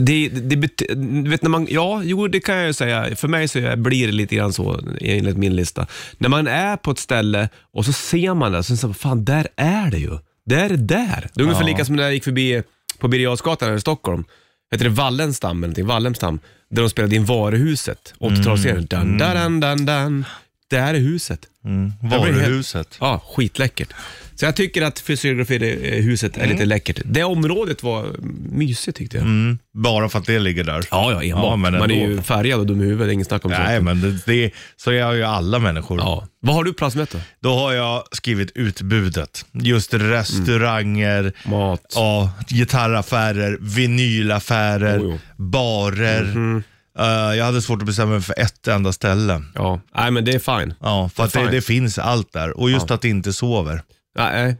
Speaker 2: Det, det, bet- du vet när man, ja, jo, det kan jag ju säga. För mig så är- blir det lite grann så, enligt min lista. När man är på ett ställe och så ser man det, så säger man, fan där är det ju. Där är det där. Det är ungefär lika som när jag gick förbi på Birger Jarlsgatan här i Stockholm. Heter det Wallenstam eller någonting? Wallenstam. Där de spelade in Varuhuset, 80-talsserien. Dan, dan, dan, dan. Där är huset. Jag blir helt-
Speaker 3: Varuhuset.
Speaker 2: Ja, skitläckert. Så jag tycker att fysiografihuset är lite läckert. Det området var mysigt tyckte jag.
Speaker 3: Bara för att det ligger där.
Speaker 2: Ja, ja, enbart.
Speaker 3: Ja, men
Speaker 2: man är
Speaker 3: ändå.
Speaker 2: ju färgad och dum i huvudet, det är ingen snack om
Speaker 3: Nej,
Speaker 2: saken.
Speaker 3: men det, det, så gör ju alla människor.
Speaker 2: Ja. Vad har du plats med då?
Speaker 3: Då har jag skrivit utbudet. Just restauranger,
Speaker 2: Mm. Mat.
Speaker 3: Ja, gitarraffärer, vinylaffärer,
Speaker 2: Oh, jo. Mhm.
Speaker 3: barer. Eh, jag hade svårt att bestämma mig för ett enda ställe.
Speaker 2: Ja. Nej, men det är fine.
Speaker 3: Ja, för att det,
Speaker 2: fine.
Speaker 3: det finns allt där. Och just att det inte sover.
Speaker 2: Nej,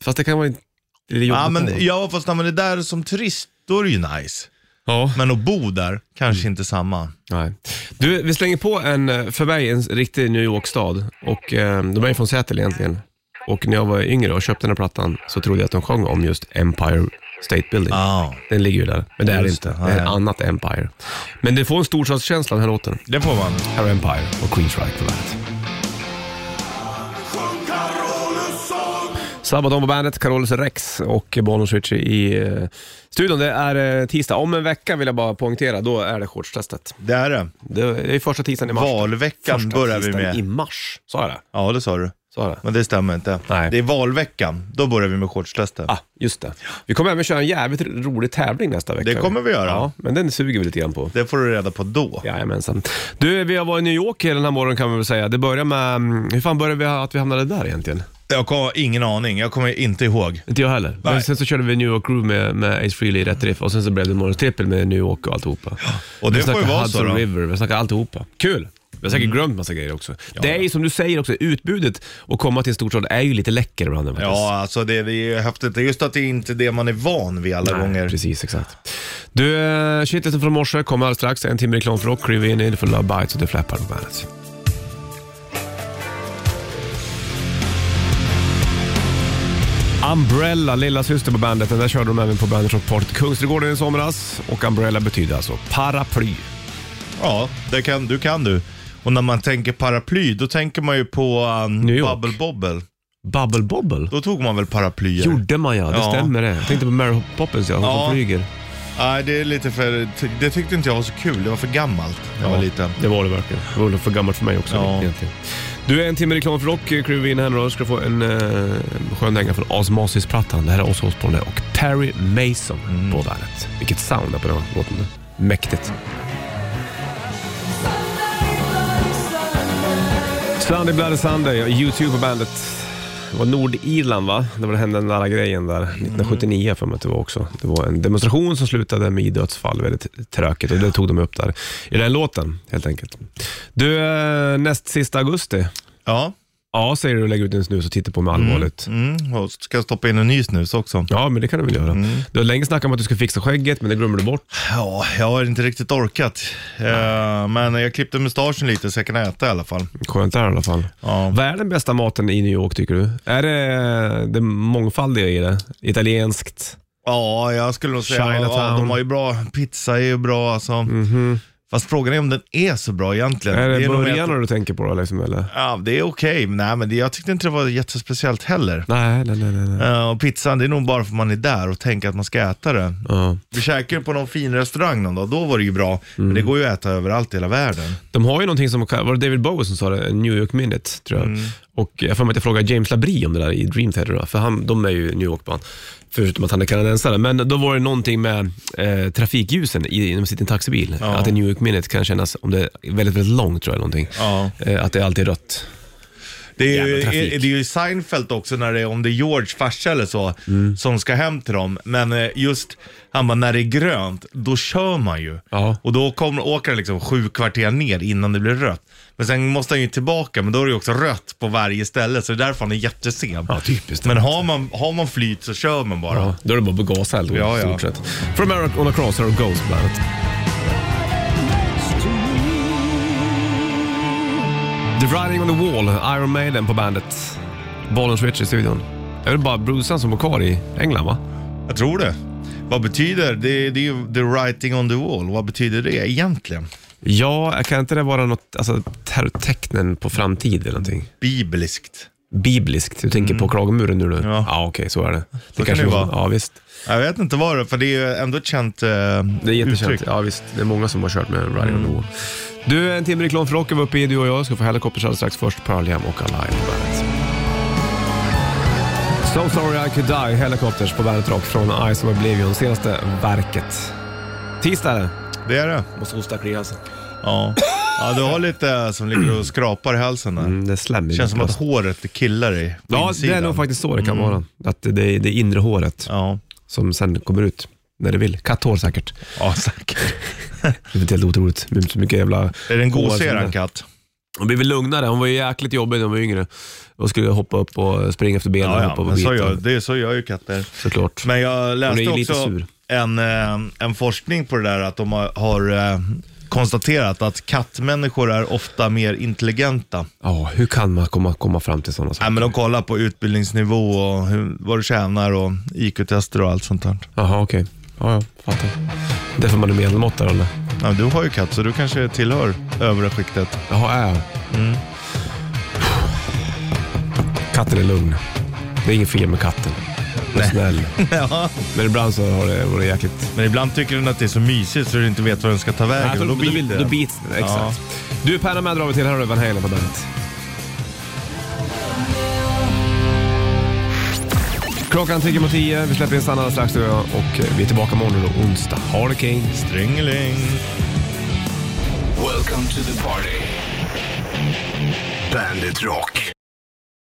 Speaker 2: fast det kan vara lite jobbigt.
Speaker 3: Ja,
Speaker 2: ändå.
Speaker 3: men, ja, fast när man är där som turist, då är det ju nice.
Speaker 2: ja.
Speaker 3: Men att bo där, kanske inte samma.
Speaker 2: Nej. Du, vi slänger på en, eh, för mig, en riktig New York-stad. Och eh, de är ju från Seattle egentligen. Och när jag var yngre och köpte den här plattan så trodde jag att de sjöng om just Empire State Building.
Speaker 3: Ja,
Speaker 2: Den ligger ju där, men det är det
Speaker 3: Just
Speaker 2: inte.
Speaker 3: det.
Speaker 2: Det är ett
Speaker 3: Nej.
Speaker 2: annat Empire. Men det får en storstadskänsla den här låten.
Speaker 3: det får man.
Speaker 2: Här är Empire och Queens Right på bandet. Sabaton på bandet, Carolus Rex och Bonus Richie i eh, studion. Det är eh, tisdag. Om en vecka vill jag bara poängtera, då är det shortstestet.
Speaker 3: Det är det.
Speaker 2: Det är första tisdagen i mars.
Speaker 3: Valveckan
Speaker 2: Första
Speaker 3: börjar vi
Speaker 2: tisdagen i
Speaker 3: med.
Speaker 2: mars. Sa jag det?
Speaker 3: Ja, det sa du.
Speaker 2: Sa jag det?
Speaker 3: Men det stämmer inte.
Speaker 2: Nej.
Speaker 3: Det är valveckan. Då börjar vi med shortstester.
Speaker 2: Ah, just det. Vi kommer även köra en jävligt rolig tävling nästa vecka.
Speaker 3: Det kommer vi göra.
Speaker 2: Ja, men den suger vi lite grann på.
Speaker 3: Det får du reda på då.
Speaker 2: Jajamensan. Du, vi har varit i New York hela den här morgonen kan man väl säga. Det börjar med, mm, hur fan började vi att vi hamnade där egentligen?
Speaker 3: Jag har ingen aning. Jag kommer inte ihåg.
Speaker 2: Inte jag heller. Men
Speaker 3: Nej.
Speaker 2: sen så körde vi New York Groove med, med Ace Frehley i rätt riff och sen så blev det morgons trippel med New York och alltihopa.
Speaker 3: och
Speaker 2: Vi
Speaker 3: det får ju
Speaker 2: snackade
Speaker 3: vara så
Speaker 2: Hudson
Speaker 3: då. Mm.
Speaker 2: River, vi snackade alltihopa. Kul! Vi har säkert glömt massa grejer också. det är ju som du säger också, utbudet och komma till en storstad är ju lite läcker ibland faktiskt.
Speaker 3: Ja, alltså det, det är ju häftigt. Det är just att det inte är det man är van vid alla
Speaker 2: Nej,
Speaker 3: gånger.
Speaker 2: Precis, exakt. Du, eh, shitlisten från morse kommer alldeles strax. En timme reklam för rock, kliv in i det för Love Bites och The Flappar på bandet. Umbrella, lilla syster på bandet. Den där körde de även på bandet från Party Kungsträdgården i somras. Och Umbrella betyder alltså paraply.
Speaker 3: Ja, det kan, du kan du. Och när man tänker paraply, då tänker man ju på um,
Speaker 2: New York.
Speaker 3: Bubble Bobble.
Speaker 2: Bubble Bobble?
Speaker 3: Då tog man väl paraplyer?
Speaker 2: Gjorde man ja, det
Speaker 3: Ja.
Speaker 2: stämmer det. Jag tänkte på Mary Poppins ja, hon
Speaker 3: Ja.
Speaker 2: som flyger.
Speaker 3: Nej, det är lite för... ty- Det tyckte inte jag var så kul. Det var för gammalt när jag var liten.
Speaker 2: Det var det verkligen. Det var väl för gammalt för mig också
Speaker 3: Ja.
Speaker 2: egentligen. Du, är en timme reklam för rock kliver vi in här nu då. Du ska få en eh, skön dänga från Osmosis-plattan. Det här är Ozzy Osbourne och Terry Mason på bandet. Vilket sound det är på den här låten. Mäktigt. Sunday Bloody Sunday, YouTube på bandet. Det var Nordirland va? Det var det hände den där grejen där. 1979 för mig att det var också. Det var en demonstration som slutade med dödsfall. Väldigt tråkigt och det tog de upp där. I den låten helt enkelt. Du, eh, näst sista augusti.
Speaker 3: Ja.
Speaker 2: Ja, säger du och lägger ut din snus och tittar på mig allvarligt.
Speaker 3: Mm. Och ska jag stoppa in en ny snus också?
Speaker 2: Ja, men det kan du väl göra.
Speaker 3: Mm.
Speaker 2: Du har länge snackat om att du ska fixa skägget, men det glömmer du bort.
Speaker 3: Ja, jag har inte riktigt orkat. Eh, men jag klippte mustaschen lite så jag kan äta i alla fall.
Speaker 2: Skönt där i alla fall.
Speaker 3: Ja.
Speaker 2: Vad är den bästa maten i New York tycker du? Är det det mångfaldiga i det? Italienskt?
Speaker 3: Ja, jag skulle nog säga ja,
Speaker 2: Chinatown. Mhm.
Speaker 3: de har ju bra, pizza är ju bra alltså. Fast frågan är om den är så bra egentligen.
Speaker 2: Är det,
Speaker 3: nog mer att-
Speaker 2: burgarna du tänker på då, liksom, eller?
Speaker 3: Ja, det är okej. Nej, men det, jag tyckte inte det var jättespeciellt heller.
Speaker 2: Nej, nej, nej. nej, nej.
Speaker 3: Eh, och pizzan, det är nog bara för man är där och tänker att man ska äta det.
Speaker 2: Ja.
Speaker 3: Vi käkade på någon fin restaurang någon dag, då var det ju bra. Men det går ju att äta överallt i hela världen.
Speaker 2: De har ju någonting som, var det David Bowie som sa det, New York Minute, tror jag. Och jag får mig att jag frågade James Labrie om det där i Dream Theater, då, för han, de är ju New York-band, förutom att han är kanadensare. Men då var det någonting med eh, trafikljusen i, när man sitter i en taxibil. Att en New York Minute kan kännas, om det är väldigt, väldigt långt tror jag, någonting.
Speaker 3: Ja.
Speaker 2: Eh, att det alltid är rött.
Speaker 3: Det är, ju,
Speaker 2: Jävla trafik.
Speaker 3: är, det är ju Seinfeld också, när det är, om det är George farsa eller så,
Speaker 2: Mm.
Speaker 3: som ska hem till dem. Men eh, just, han bara, när det är grönt, då kör man ju.
Speaker 2: Ja.
Speaker 3: Och då kommer, åker han liksom sju kvarter ner innan det blir rött. Men sen måste han ju tillbaka, men då är det ju också rött på varje ställe, så det är därför han är jättesen.
Speaker 2: Ja, typiskt.
Speaker 3: Men har man, har man flyt så kör man bara.
Speaker 2: Ja, då är det bara att begasa helt
Speaker 3: Ja, ja.
Speaker 2: stort sett. From Eric on a Cross här och Ghost på bandet. The Riding on the Wall, Iron Maiden på bandet. Bollens Rich i studion. Är det bara Bruce som bor kvar i England va?
Speaker 3: Jag tror det. Vad betyder, det, det är ju the writing on the wall, vad betyder det egentligen?
Speaker 2: Ja, kan inte det vara något, alltså ter- tecknen på framtid eller någonting?
Speaker 3: Bibliskt.
Speaker 2: Bibliskt, du tänker på klagomuren nu? du?
Speaker 3: Ja.
Speaker 2: Mm. ja okej, så är det. Det
Speaker 3: kan det vara.
Speaker 2: Ja, visst.
Speaker 3: Jag vet inte vad det är, för det är ju ändå ett känt eh,
Speaker 2: Det är jättekänt.
Speaker 3: uttryck. Mm.
Speaker 2: Ja, visst. Det är många som har kört med Riding on the Wall. Du, en timme reklam för rocken var uppe i, du och jag. Ska få Helicopters alldeles strax. Först Pearl Jam och Alive på bandet. So sorry I could die, Helicopters på bandet Rock från Ice of Oblivion, senaste verket. Tisdag är det.
Speaker 3: Det är det.
Speaker 2: Måste hosta alltså. kli halsen.
Speaker 3: Ja. ja, du har lite äh, som ligger och skrapar i halsen där.
Speaker 2: Mm, det är slem i
Speaker 3: Känns som
Speaker 2: mitt
Speaker 3: att
Speaker 2: plåster.
Speaker 3: håret killar dig på
Speaker 2: Ja, det
Speaker 3: insidan. Mm.
Speaker 2: är nog faktiskt så det kan vara. Att det det är det inre håret
Speaker 3: Ja,
Speaker 2: som sen kommer ut när det vill. Katthår säkert.
Speaker 3: ja säkert.
Speaker 2: Det är helt otroligt. Det är så mycket jävla...
Speaker 3: Är det en
Speaker 2: hår som
Speaker 3: gåseran
Speaker 2: det-
Speaker 3: katt?
Speaker 2: Hon blev väl lugnare. Hon var ju jäkligt jobbig när hon var yngre. Hon skulle hoppa upp och springa efter benen och
Speaker 3: Ja,
Speaker 2: hoppa
Speaker 3: ja,
Speaker 2: på
Speaker 3: men så
Speaker 2: bitar.
Speaker 3: gör, det är så gör ju katter.
Speaker 2: Såklart.
Speaker 3: Men jag
Speaker 2: Hon är
Speaker 3: läste
Speaker 2: ju lite
Speaker 3: också
Speaker 2: sur.
Speaker 3: en, eh, en forskning på det där att de har, har eh, konstaterat att kattmänniskor är ofta mer intelligenta.
Speaker 2: Ja, hur kan man komma, komma fram till sådana
Speaker 3: Nej,
Speaker 2: saker?
Speaker 3: men de kollar på utbildningsnivå och hur, vad du tjänar och IQ-tester och allt sånt där.
Speaker 2: Jaha, okej. Ja, ja, fattar. Därför man är medelmåttare eller?
Speaker 3: Ja, men du har ju katt så du kanske tillhör övre skiktet.
Speaker 2: Jaha, är jag?
Speaker 3: Mm.
Speaker 2: Katten är lugn. Det är inget fel med katten. Den är snäll.
Speaker 3: Ja.
Speaker 2: Men ibland så har det varit jäkligt
Speaker 3: Men ibland tycker den att det är så mysigt så du inte vet vad den ska ta vägen.
Speaker 2: Nej,
Speaker 3: och då,
Speaker 2: Alltså, då,
Speaker 3: biter
Speaker 2: bit,
Speaker 3: den.
Speaker 2: då bits den. Exakt. Du, Panna med drar vi till. Här har du Van Halen på bandet. Klockan tickar mot tio. Vi släpper in Sanna strax du och jag. Och eh, vi är tillbaka imorgon och onsdag. Ha det king.
Speaker 3: Stringeling.
Speaker 1: Welcome to the party. Bandit Rock.